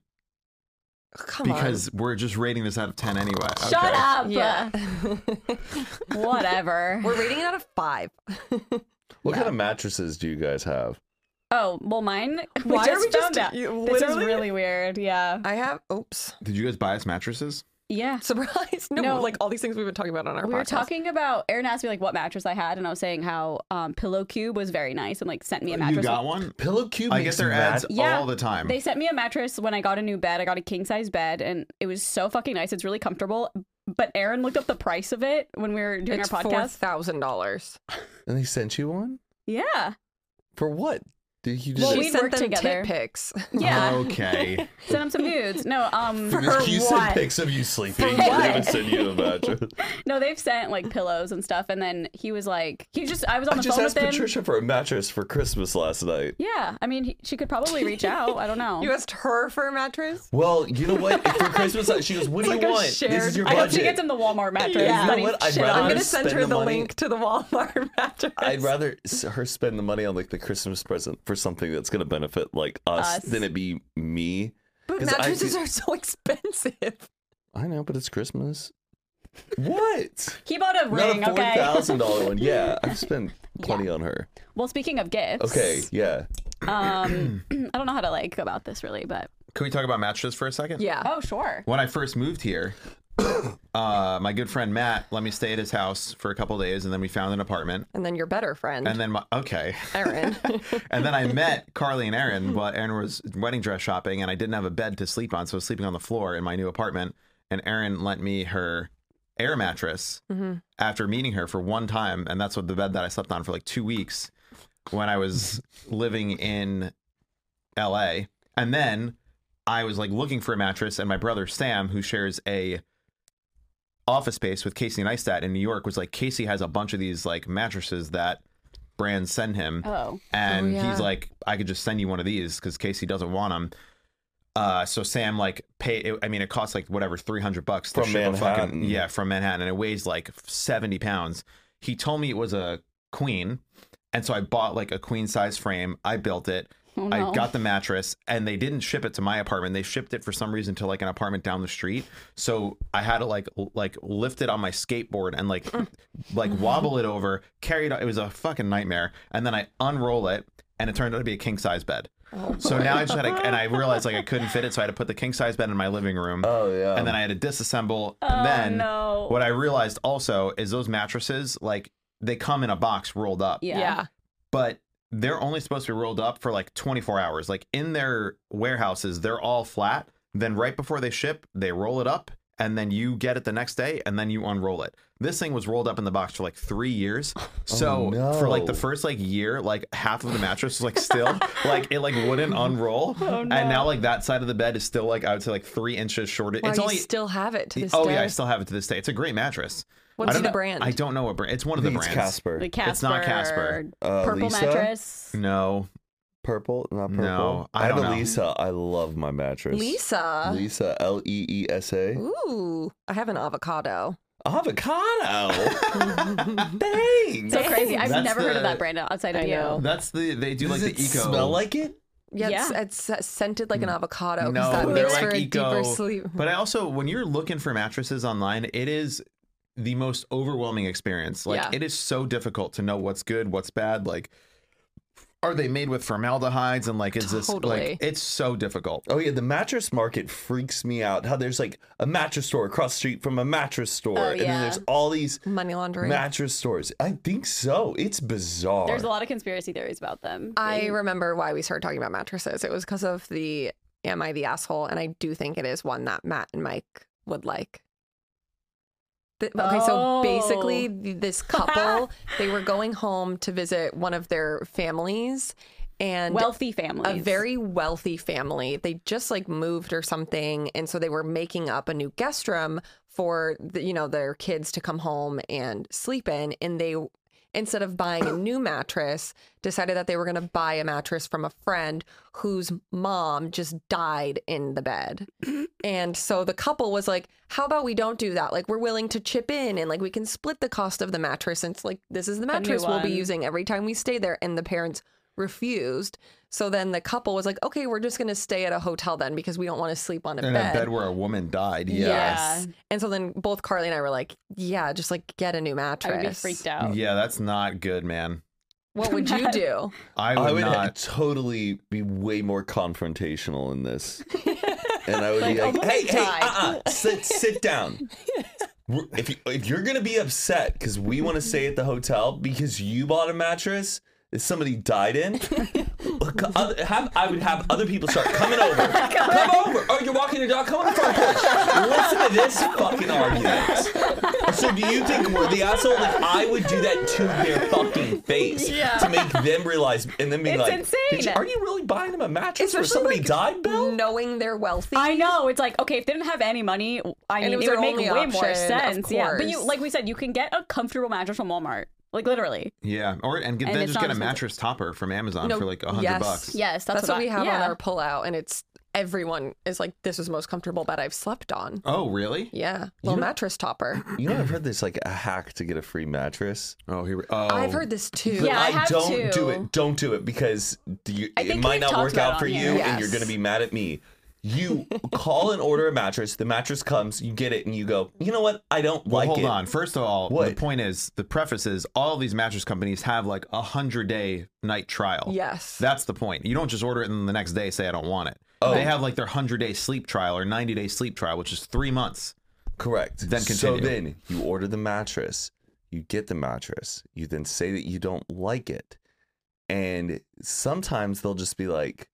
B: Come
G: because we're just rating this out of 10 anyway.
D: Shut
G: Okay.
D: up.
B: on. Yeah.
D: <laughs>
B: <laughs>
D: Whatever.
B: We're rating it out of five.
A: What kind of mattresses do you guys have?
D: Oh, well, mine. <laughs> We
B: Why are
D: just
B: we just-
D: found out.
B: you-
D: This is
B: literally?
D: really weird. Yeah.
B: I have. Oops. <laughs>
G: Did you guys buy us mattresses?
D: Yeah.
B: Surprise. No,
D: No.
B: like all these things we've been talking about on our
D: We
B: podcast.
D: were talking about Erin asked me like what mattress I had, and I was saying how um, Pillow Cube was very nice and like sent me a mattress.
G: You got one?
A: Pillow Cube.
G: I get
A: makes
G: their
A: mad-
G: ads
D: Yeah,
G: all the time.
D: They sent me a mattress when I got a new bed. I got a king size bed, and it was so fucking nice. It's really comfortable. But Erin looked up the price of it when we were doing
B: It's
D: our
B: four
D: podcast.
B: thousand dollars.
A: And they sent you one
D: yeah,
A: for what? Did you
D: Well,
A: just?
D: we
B: she sent
D: worked
B: them
D: together.
B: tit pics.
D: yeah.
A: Oh.
D: <laughs>
G: Okay.
D: Send him some nudes. No, um,
A: <laughs> you sent pics of you sleeping. We're gonna send you a mattress.
D: no, they've sent like pillows and stuff. And then he was like, he just, I was on
A: I
D: the
A: just
D: phone
A: asked
D: with him.
A: Patricia for a mattress for Christmas last night.
D: Yeah, I mean, he, she could probably reach out.
B: <laughs>
D: I don't know.
B: You asked her for a mattress.
A: Well, you know what? for Christmas, she goes, "What do
B: like
A: you
B: a
A: want? This
B: shared-
A: is your
D: I hope
A: budget."
D: she gets him the Walmart mattress.
B: Yeah.
D: that
A: You know
D: he
A: what? I'd
D: shit
A: rather-
D: on.
B: I'm gonna
A: just
B: send
A: spend
B: her
A: the
B: the,
A: money-
B: link to the
G: <laughs>
B: Walmart mattress.
A: I'd rather s- her spend the money on like the Christmas present for something that's going to benefit like us,
D: Us.
A: than it be me.
B: Dude,
A: 'Cause I
B: mattresses
A: do-
B: are so expensive.
A: I know, but it's Christmas. What?
D: He bought a <laughs> ring,
A: Not a four
D: okay?
A: thousand dollar one. Yeah, I've spent plenty on her.
D: Well, speaking of gifts.
A: Okay, yeah. <clears throat>
D: Um, <clears throat> I don't know how to like go about this really, but
G: Can we talk about matches for a
B: <laughs>
G: second?
B: Yeah.
D: oh sure.
G: When I first moved here, <coughs> uh, my good friend Matt let me stay at his house for a couple days, and then we found an apartment.
B: And then <laughs> your better friend,
G: And then my okay,
B: Erin. <laughs>
G: and then I met Carly and Aaron. Well, Aaron was wedding dress shopping, and I didn't have a bed to sleep on, so I was sleeping on the floor in my new apartment. And Aaron lent me her air mattress after meeting her for one time, and that's what the bed that I slept on for like two weeks when I was living in L.A. And then I was like looking for a mattress, and my brother Sam, who shares a office space with Casey Neistat in New York, was like, Casey has a bunch of these like mattresses that brands send him
D: Oh,
G: and
B: Oh, yeah.
G: he's like, I could just send you one of these because Casey doesn't want them. Uh, so Sam like pay. I mean, it costs like whatever three hundred bucks to
A: From
G: ship a
A: Manhattan.
G: fucking yeah from Manhattan, and it weighs like seventy pounds. He told me it was a queen, and so I bought like a queen size frame. I built it.
D: Oh, no.
G: I got the mattress, and they didn't ship it to my apartment. They shipped it for some reason to like an apartment down the street. So I had to like l- like lift it on my skateboard and like
D: Mm.
G: like
D: Mm-hmm.
G: wobble it over, carry it. It was a fucking nightmare. And then I unroll it, and it turned out to be a king size bed.
D: Oh.
G: so now I just had to,
D: <laughs>
G: and I realized like I couldn't fit it, so I had to put the king size bed in my living room.
A: Oh yeah.
G: And then I had to disassemble.
C: Oh,
G: and then
D: Oh, no.
G: what I realized also is those mattresses, like they come in a box rolled up
D: yeah.
B: yeah.
G: but they're only supposed to be rolled up for like 24 hours. Like in their warehouses, they're all flat. Then right before they ship, they roll it up and then you get it the next day and then you unroll it. This thing was rolled up in the box for like three
A: <gasps>
G: years. So
A: Oh, no.
G: for like the first like year, like half of the mattress was like
A: <laughs>
G: still like it like wouldn't
A: Oh,
G: unroll. And now like that side of the bed is still like I would say like three inches shorter.
B: Wow,
G: it's
B: you
G: only
B: still have it to this
G: oh
B: day.
G: yeah, I still have it to this day. It's a great mattress.
B: What's
G: I don't
B: the
G: know-
B: brand?
G: I don't know what brand. It's one of the brands.
A: Casper.
D: The Casper.
G: not Casper.
A: Uh,
D: purple
A: Lisa?
D: mattress.
G: No,
A: Purple, not purple.
G: No, I
A: have
G: don't
A: a
G: know.
A: Lisa. I love my mattress.
B: Lisa.
A: Lisa. L E E S A.
B: Ooh, I have an avocado.
A: Avocado.
D: <laughs>
A: Thanks.
D: So crazy. I've
G: That's
D: never heard of
G: the-
D: that brand outside of
B: I know.
D: you.
G: That's the they do
A: Does
G: like
A: it
G: the eco.
A: smell like it?
B: Yeah,
D: Yeah.
B: It's, it's scented like an avocado because
G: Mm. no,
B: that
G: they're
B: makes for
G: like
B: a
G: eco.
B: deeper sleep.
G: But I also, when you're looking for mattresses online, it is the most overwhelming experience. Like
B: Yeah.
G: it is so difficult to know what's good, what's bad. Like, are they made with formaldehydes? And like, is this
B: Totally.
G: like? It's so difficult.
A: Oh yeah, the mattress market freaks me out. How there's like a mattress store across the street from a mattress store,
D: Oh,
A: and then
D: yeah. Mm,
A: there's all these
B: Money laundering.
A: mattress stores. I think so. It's bizarre.
D: There's a lot of conspiracy theories about them.
B: I
D: They-
B: remember why we started talking about mattresses. It was because of the Am I the Asshole? And I do think it is one that Matt and Mike would like. The- okay, so basically,
D: Oh.
B: th- this couple, they were going home to visit one of their families. And
D: wealthy
B: a
D: families.
B: very wealthy family. They just like moved or something, and so they were making up a new guest room for the, you know their kids to come home and sleep in. And they instead of buying a new mattress, decided that they were going to buy a mattress from a friend whose mom just died in the bed. And so the couple was like, "How about we don't do that? Like we're willing to chip in and like we can split the cost of the mattress. And it's like this is the mattress we'll be
D: one.
B: using every time we stay there." And the parents refused. So then the couple was like, "Okay, we're just going to stay at a hotel then because we don't want to sleep on a
G: In
B: bed."
G: a bed where a woman died. Yeah.
B: Yes. And so then both Carly and I were like, "Yeah, just like get a new
D: I
B: mattress."
D: would be freaked out.
G: Yeah, that's not good, man.
B: What would
D: <laughs>
B: you do?
G: I would,
A: I would <laughs>
G: not.
A: totally be way more confrontational in this, and I would
D: Like,
A: be
D: a
A: like,
D: woman
A: "Hey, hey,
D: died."
A: uh, uh sit, sit down. We're- If you, if you're gonna be upset because we want to stay at the hotel because you bought a mattress that somebody died in, look, other- have, I would have other people start coming over. Come over. Oh, you're walking your dog. Come on the front porch. Listen to this fucking argument. So do you think we're the asshole? Like I would do that to their fucking face
D: Yeah.
A: to make them realize and then be
D: It's
A: like,
D: insane.
A: "Did you- are you really buying them a mattress where
B: Especially,
A: somebody
B: like,
A: died, Bill?
B: Knowing they're wealthy.
D: I know. It's like, okay, if they didn't have any money, I mean,
B: it
D: it,
B: was
D: would
B: their
D: make way
B: only
D: more
B: option, of
D: sense. Yeah. But you,
B: course.
D: like we said, you can get a comfortable mattress from Walmart. Like, literally.
G: yeah, or and,
D: And
G: then
D: it's
G: just
D: not
G: get a
D: expensive.
G: mattress topper from Amazon
B: No,
G: for like a hundred
B: yes.
G: bucks.
D: Yes. That's,
B: That's, what,
D: I-
B: we have
D: yeah.
B: on our pullout, and it's everyone is like, "This is the most comfortable bed I've slept on."
G: Oh really?
B: Yeah, little mattress topper.
A: You know, I've heard there's like a hack to get a free mattress.
G: Oh here. We, oh,
B: I've heard this too.
D: Yeah, I have
A: don't
D: to.
A: do it. Don't do it because do you,
D: I
A: it
D: think
A: might
D: we've
A: not
D: talked
A: work
D: about
A: out
D: it
A: for
D: on
A: you,
D: here.
A: and you're
B: Yes.
A: gonna be mad at me.
D: <laughs>
A: You call and order a mattress. The mattress comes. You get it, and you go. You know what? I don't
C: Well,
A: like
C: hold
A: it.
C: on. First of all, the
A: What?
C: point is the preface is all these mattress companies have like a hundred day night trial.
B: Yes.
C: That's the point. You don't just order it and then the next day say I don't want it. Oh. They have like their hundred day sleep trial or ninety day sleep trial, which is three months.
A: Correct.
C: Then
A: So
C: continue.
A: then you order the mattress, you get the mattress, you then say that you don't like it. And sometimes they'll just be like,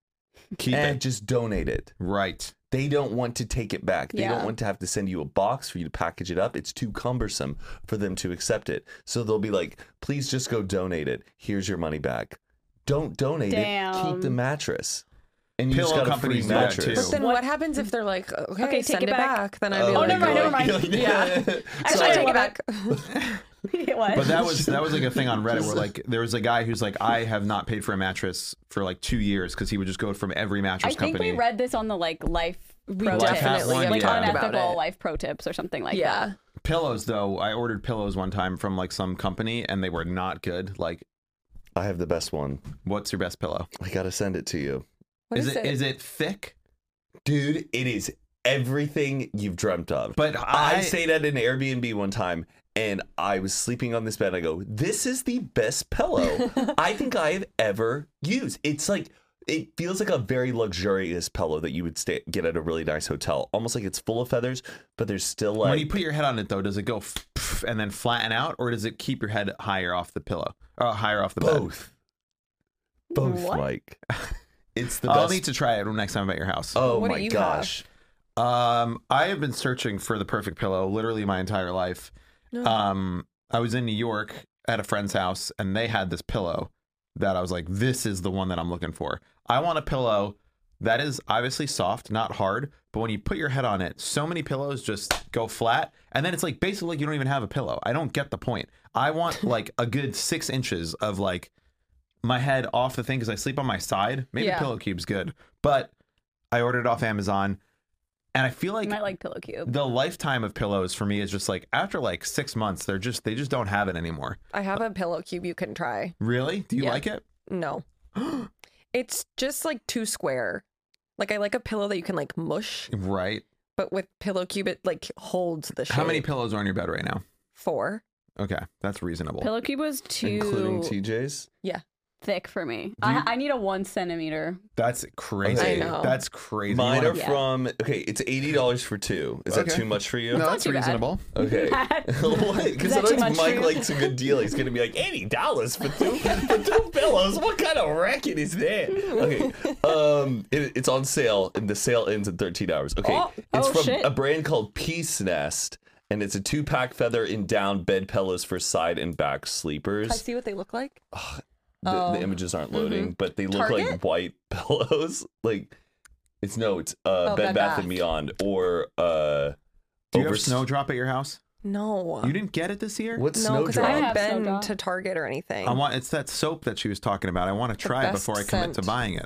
C: Keep
A: eh,
C: it.
A: just donate it.
C: Right.
A: They don't want to take it back. They
H: Yeah.
A: don't want to have to send you a box for you to package it up. It's too cumbersome for them to accept it. So they'll be like, please just go donate it. Here's your money back. Don't donate it. Keep the
H: Damn.
A: mattress. And you just
C: Pillow
A: got a free
C: companies do that
A: mattress.
B: But then what? happens if they're like, okay,
H: Okay, take
B: send
H: it
B: it
H: back.
B: back. Then I'd be
H: Oh,
B: like,
H: never mind, never mind.
A: <laughs>
B: Yeah.
H: Actually,
B: Should I
H: I
B: take
H: love
B: it
D: <laughs>
B: back?
H: what?
C: But that was that was like a thing on Reddit where like there was a guy who's like I have not paid for a mattress for like two years because he would just go from every
H: I
C: mattress
H: think
C: company.
H: we read this on the like life
B: We
H: pro
C: Life
H: tips,
C: hack one,
H: like
C: yeah.
B: about
H: unethical
B: it.
H: life pro tips or something like that.
B: <laughs> yeah.
C: pillows though. I ordered pillows one time from like some company and they were not good. Like,
A: I have the best one.
C: what's your best pillow?
A: I got to send it to you.
B: What
C: is
B: is,
C: it is it thick?
A: Dude, it is everything you've dreamt of.
C: But
A: I,
C: I-
A: stayed at an Airbnb one time and I was sleeping on this bed. I go, this is the best pillow I think I have ever used. It's like, it feels like a very luxurious pillow that you would stay, get at a really nice hotel. Almost like it's full of feathers, but there's still like.
C: when you put your head on it though, does it go f- f- and then flatten out, or does it keep your head higher off the pillow or higher off the bed?
A: both. Both,
H: What?
A: Mike. It's the
C: I'll
A: best.
C: need to try it next time I'm at your house.
A: oh
B: What do
A: my
B: you have?
A: gosh.
C: Um, I have been searching for the perfect pillow literally my entire life. Um, I was in New York at a friend's house, and they had this pillow that I was like, "This is the one that I'm looking for." I want a pillow that is obviously soft, not hard, but when you put your head on it, so many pillows just go flat, and then it's like basically like you don't even have a pillow. I don't get the point. I want like a good six inches of like my head off the thing because I sleep on my side. Maybe
B: Yeah.
C: pillow cube's good, but I ordered it off Amazon. And I feel
H: You
C: like
H: might like Pillow Cube.
C: the lifetime of pillows for me is just like after like six months, they're just they just don't have it anymore.
B: I have a pillow cube you can try.
C: Really? Do you
B: Yeah.
C: like it? <gasps>
B: No. it's just like too square. Like I like a pillow that you can like mush,
C: Right.
B: but with pillow cube it like holds the shape.
C: How many pillows are on your bed right now?
B: Four.
C: Okay, that's reasonable.
H: Pillow Cube was too
A: Including TJ's.
H: thick for me. I, I need a one centimeter. <laughs>
C: that's crazy.
B: I know.
C: That's crazy. You
A: Mine are
C: wanna-
H: Yeah.
A: from okay. It's eighty dollars for two. Is that
C: Okay.
A: too much for you?
C: no,
H: not
C: that's
H: too bad.
C: reasonable.
H: <laughs>
A: Okay. <laughs> Because
H: Is that too
A: sometimes
H: much for
A: Mike
H: you?
A: likes a good deal. He's gonna be like eighty dollars
H: <laughs>
A: for two for two pillows. What kind of racket is that?
H: <laughs>
A: Okay. Um, it- it's on sale, and the sale ends in thirteen hours. Okay.
H: Oh,
A: it's
H: oh,
A: from
H: shit.
A: a brand called Peace Nest, and it's a two pack feather and down bed pillows for side and back sleepers.
B: I see what they look like.
A: the,
B: Oh.
A: the images aren't loading, but they look like
B: Target?
A: white <laughs> pillows. Like it's no, it's uh,
B: Oh,
A: Bed,
B: Bed
A: Bath
B: Bath.
A: and Beyond or uh,
C: Do you
A: over Uh.
C: have Snowdrop at your house?
B: No.
C: You didn't get it this year?
A: What's
B: no, because I
A: Snowdrop?
H: have
B: haven't been
H: Snowdrop.
B: to Target or anything.
C: I want it's that soap that she was talking about. I want to try it
B: best
C: before I commit to
B: scent.
C: buying it.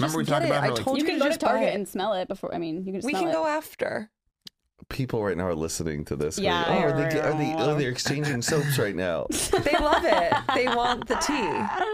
B: Just
C: Remember we
B: get
C: talked
B: it.
C: about
B: I
C: her like
B: told
H: You
B: you
H: can
B: to
H: go to
B: just buy
H: Target
B: it.
H: and smell it before. I mean, you can. Just
B: we
H: smell
B: can
H: it.
B: go after.
A: People right now are listening to this.
H: Yeah,
A: going, oh, are they, are they,
H: yeah.
A: oh, they're exchanging soaps right now.
B: They love it. They want the <laughs> tea.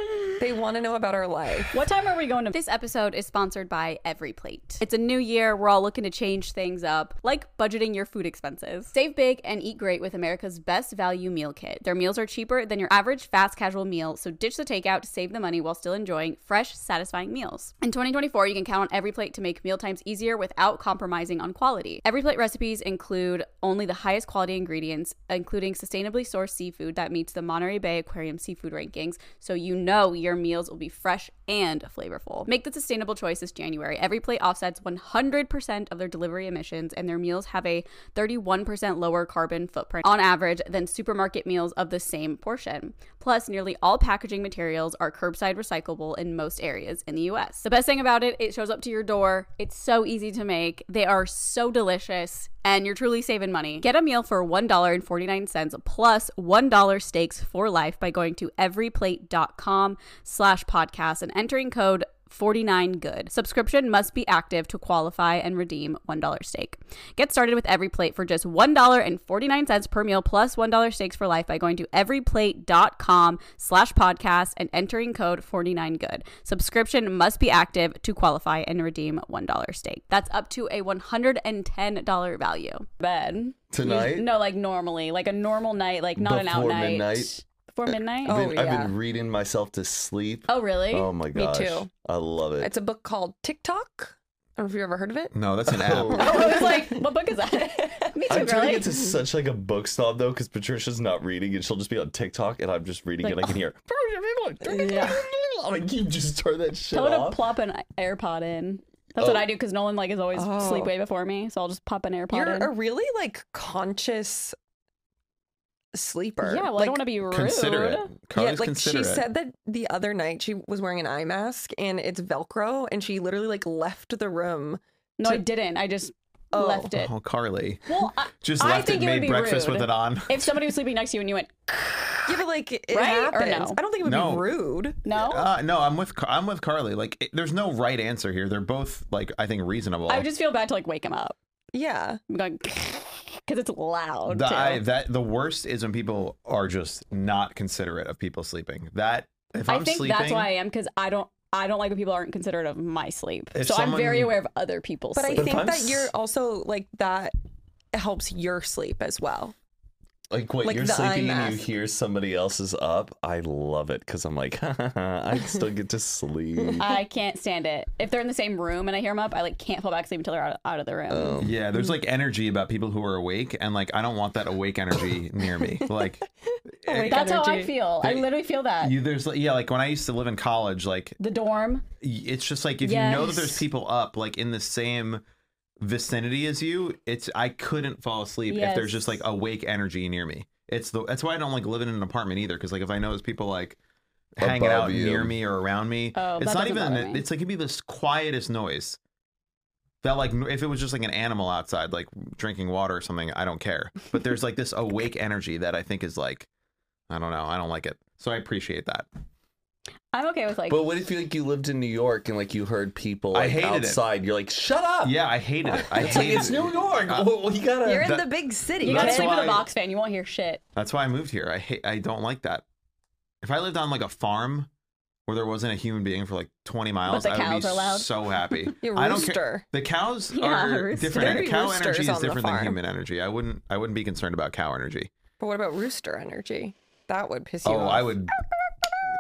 B: They want to know about our life.
H: What time are we going to?
D: This episode is sponsored by Every Plate. It's a new year. We're all looking to change things up, like budgeting your food expenses. Save big and eat great with America's best value meal kit. Their meals are cheaper than your average fast casual meal, so ditch the takeout to save the money while still enjoying fresh, satisfying meals. In 2024, you can count on Every Plate to make mealtimes easier without compromising on quality. Every Plate recipes include only the highest quality ingredients, including sustainably sourced seafood that meets the Monterey Bay Aquarium seafood rankings, so you know your meals will be fresh and flavorful. Make the sustainable choice this January. Every plate offsets 100% of their delivery emissions, and their meals have a 31% lower carbon footprint on average than supermarket meals of the same portion. Plus, nearly all packaging materials are curbside recyclable in most areas in the US. The best thing about it, it shows up to your door. It's so easy to make. They are so delicious and you're truly saving money. Get a meal for $1.49 plus $1 stakes for life by going to everyplate.com slash podcast and entering code
I: 49 good. Subscription must be active to qualify and redeem $1 steak. Get started with every plate for just $1.49 per meal plus $1 steaks for life by going to everyplate.com slash podcast and entering code 49good. Subscription must be active to qualify and redeem $1 steak. That's up to a $110 value.
D: bed
A: Tonight?
D: No, like normally, like a normal night, like not an out
A: Before
D: night.
A: midnight?
D: Before midnight.
B: Oh,
A: I've, been, I've
B: yeah.
A: been reading myself to sleep.
D: Oh, really?
A: Oh my gosh.
D: too. <laughs>
A: I love it.
B: It's a book called TikTok. I don't know if you've ever heard of it.
G: No, <laughs> that's an app.
A: Oh.
D: I was like, what book is that? <laughs> Me
A: I'm
D: too,
A: turning
D: really.
A: into such like a book snob though, because Patricia's not reading and she'll just be on TikTok and I'm just reading and I can hear.
D: Yeah.
A: I'm like, you just turn that shit
D: Tell her to
A: off.
D: plop an AirPod in. That's what
A: Oh.
D: I do because Nolan like is always
B: Oh.
D: sleep way before me, so I'll just pop an AirPod
B: You're
D: in.
B: a really like conscious sleeper.
D: yeah, well,
B: like,
D: I don't want to be rude.
G: Consider it. Carly's
B: yeah, like she
G: considerate.
B: said that the other night she was wearing an eye mask and it's Velcro, and she literally like left the room.
D: No, I
B: to-
D: didn't. I just
B: Oh.
D: left it.
G: Oh, Carly.
D: Well, I,
G: Just
D: I
G: left it,
D: think it would
G: made
D: be
G: breakfast
D: rude.
G: with it on.
D: if somebody was sleeping next to you and you went,
B: Yeah, but like it
D: Right? Or
B: happens.
D: no?
B: I don't think it would
G: No.
B: be rude.
D: no,
G: <laughs> Uh, no, I'm with Car- I'm with Carly. Like, it, there's no right answer here. They're both like I think reasonable.
D: I would just feel bad to like wake him up.
B: Yeah.
D: I'm <laughs> going because it's loud.
G: the,
D: too.
G: I, that the worst is when people are just not considerate of people sleeping. That if
D: I
G: am
D: think
G: sleeping,
D: that's why I am because I don't. I don't like when people aren't considerate of my sleep.
G: If
D: so I'm very
G: someone-
D: aware of other people's
B: But I
D: sleep.
B: think
A: I'm
B: that you're
A: s-
B: also like that helps your sleep as well.
A: Like what
B: Like
A: you're
B: the eye
A: sleeping and you
B: mask.
A: hear somebody else's up. I love it because I'm like, <laughs> I can still get to sleep.
D: <laughs> <laughs> I can't stand it. If they're in the same room and I hear them up, I like can't fall back asleep until they're out, out of the room.
G: Yeah, there's like energy about people who are awake, and like I don't want that awake energy near me.
B: <laughs>
G: Like,
B: Awake
D: That's how I
B: energy.
D: feel. I
G: They-
D: literally feel that.
G: you there's like- yeah, like when I used to live in college, like
D: the dorm.
G: y- it's just like if you know that there's
D: Yes.
G: people up, like in the same vicinity as you, it's I couldn't fall asleep if
D: Yes.
G: there's just like awake energy near me. It's the that's why I don't like living in an apartment either, because like if I know there's people like hanging
A: Above
G: out
A: you.
G: near me or around me,
D: Oh,
G: it's
D: that
G: not
D: doesn't
G: even
D: bother me.
G: it's like it'd be this quietest noise. That like if it was just like an animal outside, like drinking water or something, I don't care. But there's like this
D: <laughs>
G: awake energy that I think is like, I don't know, I don't like it. So I appreciate that.
D: I'm okay with like.
A: But what if you like you lived in New York and like you heard people
G: I
A: like,
G: hated it.
A: outside? You're like, shut up.
G: Yeah, I hated it. I
A: It's like
G: hated
A: it's
G: it. Uh,
A: New York. well, well, you gotta.
B: You're in
G: that-
B: the big city.
D: Uh, you gotta
G: That's
D: sleep with
G: why-
D: a box fan. You won't hear shit.
G: That's why I moved here. I hate. I don't like that. If I lived on like a farm where there wasn't a human being for like 20 miles,
D: the
G: I would
D: cows
G: be
D: are loud.
G: so
D: <laughs>
G: happy.
B: Your
G: I don't
B: rooster.
G: care. The cows
D: Yeah,
G: are
D: rooster.
G: different.
B: There'd be
G: cow
B: roosters
G: energy
B: on
G: is
B: the
G: different than
B: farm.
G: human energy. I wouldn't. I wouldn't be concerned about cow energy.
B: But what about rooster energy? That would piss you
G: Oh,
B: off.
G: I would.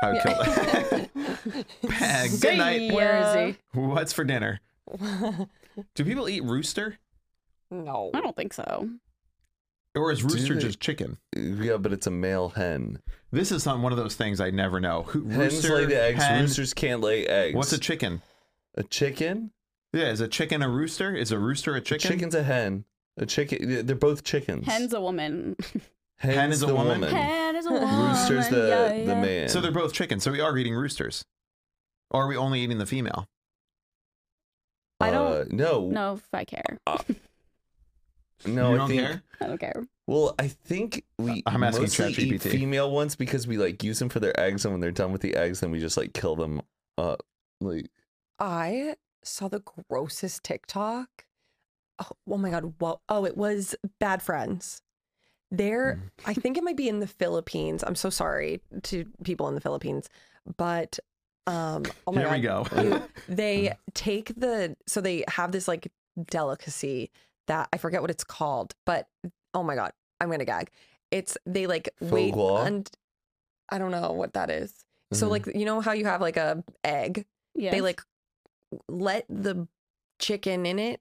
G: I would kill that. <laughs> Eh, Good night.
B: Where is
D: Yeah.
B: he?
G: What's for dinner? Do people eat rooster,
B: <laughs> No.
D: I don't think so.
G: or is rooster
A: they?
G: just chicken?
A: <laughs> Yeah, but it's a male hen.
G: This is not one of those things I never know. Who,
A: Hens
G: rooster,
A: lay the eggs.
G: hen-
A: Roosters can't lay eggs.
G: What's a chicken?
A: a chicken?
G: Yeah, is a chicken a rooster? Is a rooster a chicken?
A: Chicken's a hen. A chicken. They're both chickens.
D: Hen's a woman.
A: Hen's
G: Hen is a
A: the
D: <laughs>
G: woman?
I: Head
B: <laughs>
I: is a
A: Rooster's
I: woman,
A: the
I: yeah,
A: the
I: yeah.
A: man.
G: So they're both chickens. So we are eating roosters. Or are we only eating the female?
D: I
A: Uh,
D: don't
A: no.
D: know if I care.
A: No.
G: You
A: I
G: don't
A: think,
G: care?
D: I don't care.
A: Well, I think we.
G: Uh, I'm asking
A: mostly eat
G: ChatGPT.
A: female ones because we like use them for their eggs, and when they're done with the eggs, then we just like kill them. Uh, like
B: I saw the grossest TikTok. Oh, oh my god! What? Oh, it was Bad Friends. There, I think it might be in the Philippines. I'm so sorry to people in the Philippines, but um, oh my
G: Here we
B: God.
G: go.
B: You- they take the so they have this like delicacy that I forget what it's called, but oh my god, I'm gonna gag. It's they like wait
A: Foie gras?
B: and I don't know what that is. So
A: Mhm.
B: like you know how you have like a egg
D: Yeah.
B: they like let the chicken in it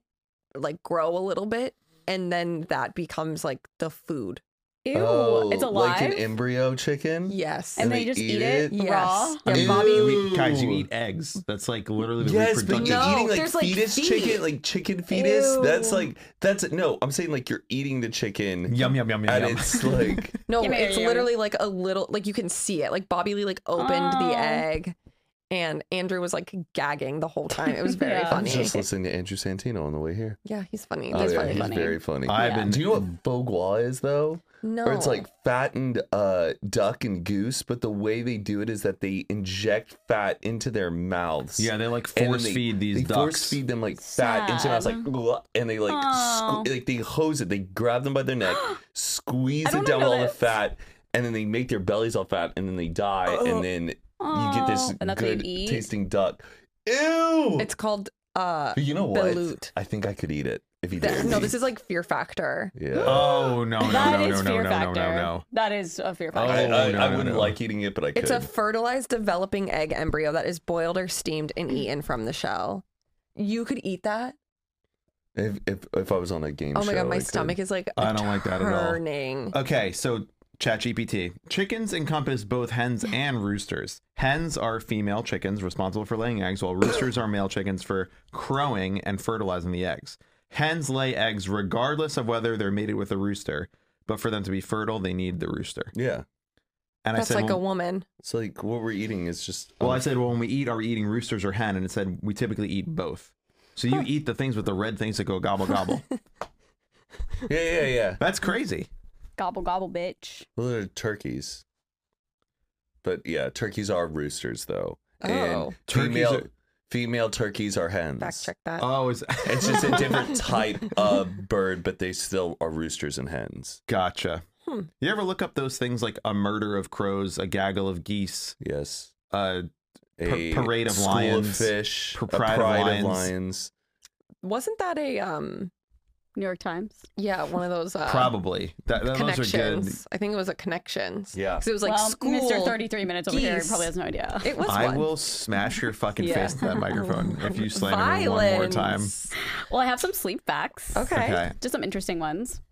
B: like grow a little bit and then that becomes like the food
D: Ew.
A: oh,
D: it's alive.
A: like an embryo chicken.
B: yes
D: and
A: and
D: then
A: they
D: you just
A: eat
D: eat, it,
B: it?
D: raw.
B: Yes. Yeah, Bobby-
G: We- guys, you eat eggs. That's like literally the
A: Yes, but
G: reproductive.
A: you're
B: No,
A: eating like
B: there's, like,
A: fetus
B: feet.
A: chicken, like chicken fetus. That's
B: Ew.
A: like that's no. I'm saying like you're eating the chicken,
G: Yum yum yum yum.
A: and
G: yum.
A: it's
G: <laughs>
A: like
B: no
D: Yum, yum,
B: it's
D: yum.
B: literally like a little like you can see it like bobby lee like opened
D: Oh.
B: the egg and andrew was like gagging the whole time it was very
D: Yeah.
A: I was
B: funny
A: just listening to Andrew Santino on the way here.
B: yeah he's funny
A: oh
B: he's
A: yeah,
B: really
A: he's
B: funny
A: very funny.
G: I've
D: Yeah.
G: <laughs> been.
A: Do you know what foie gras is though?
B: No.
A: or it's like fattened uh, duck and goose, but the way they do it is that they inject fat into their mouths.
C: Yeah, they like
A: And
C: force
A: they-
C: feed these
A: they
C: ducks.
A: force feed them like fat into their mouths, like "Ugh," and they like sque- like they hose it. They grab them by their neck, squeeze
G: don't
A: it down with
G: know
A: all the
G: this.
A: fat, and then they make their bellies all fat, and then they die, and then you get this
D: Oh, and that's what you
A: good
D: eat?
A: tasting duck. Ew!
B: It's called uh
A: <laughs> but you know what?
B: balut.
A: I think I could eat it if you
B: th-
A: did.
B: no, this is like Fear Factor.
A: yeah.
C: Oh no no
G: That
C: no no
G: is
C: no
G: fear
C: no no
G: factor.
C: no no.
G: That is a fear
C: Oh,
A: I,
G: factor.
A: I,
C: no,
A: I
C: no,
A: wouldn't
C: no.
A: like eating it, but I could.
B: It's a fertilized developing egg embryo that is boiled or steamed and eaten from the shell. You could eat that.
A: if, if if I was on a game
B: oh my
A: show,
B: god, my
A: I could.
B: stomach is like
C: I don't like that at all.
B: turning.
C: Okay, so ChatGPT. Chickens encompass both hens and roosters. Hens are female chickens responsible for laying eggs, while roosters are male chickens for crowing and fertilizing the eggs. Hens lay eggs regardless of whether they're mated with a rooster, but for them to be fertile, they need the rooster.
A: Yeah.
C: And
B: That's
C: I said,
B: like a
C: well,
B: woman.
A: It's like what we're eating is just.
C: well, I
A: um,
C: said, well, when we eat, are we eating roosters or hen? And it said we typically eat both. So you eat the things with the red things that go gobble
B: <laughs>
C: gobble.
A: yeah, yeah, yeah.
C: That's crazy.
D: Gobble gobble, bitch.
A: Well, they're turkeys. But yeah, turkeys are roosters though.
B: Oh.
A: And
C: Turkeys
A: female
C: are-
A: female turkeys are hens.
B: Fact check that.
C: Oh, is
A: It's just a
B: <laughs>
A: different type of bird, but they still are roosters and hens.
C: Gotcha.
B: Hmm.
C: You ever look up those things like a murder of crows, a gaggle of geese,
A: Yes.
C: a
A: A
C: parade of
A: school
C: lions,
A: fish,
C: pr-
A: a pride, of lions.
B: Wasn't that a um
D: New York Times.
B: yeah, one of those uh,
C: probably that, that those are good.
B: connections. I think it was a connections.
A: Yeah.
B: 'Cause it was like
G: well,
B: school.
G: Mr. 33 minutes over here
B: geese.
G: probably has no idea.
B: It was
C: I
B: one.
C: will smash your fucking
G: Yeah.
C: fist at that microphone if you slander me one more time.
B: Violence.
D: Well, I have some sleep facts.
B: Okay.
C: Okay,
D: Just some interesting ones.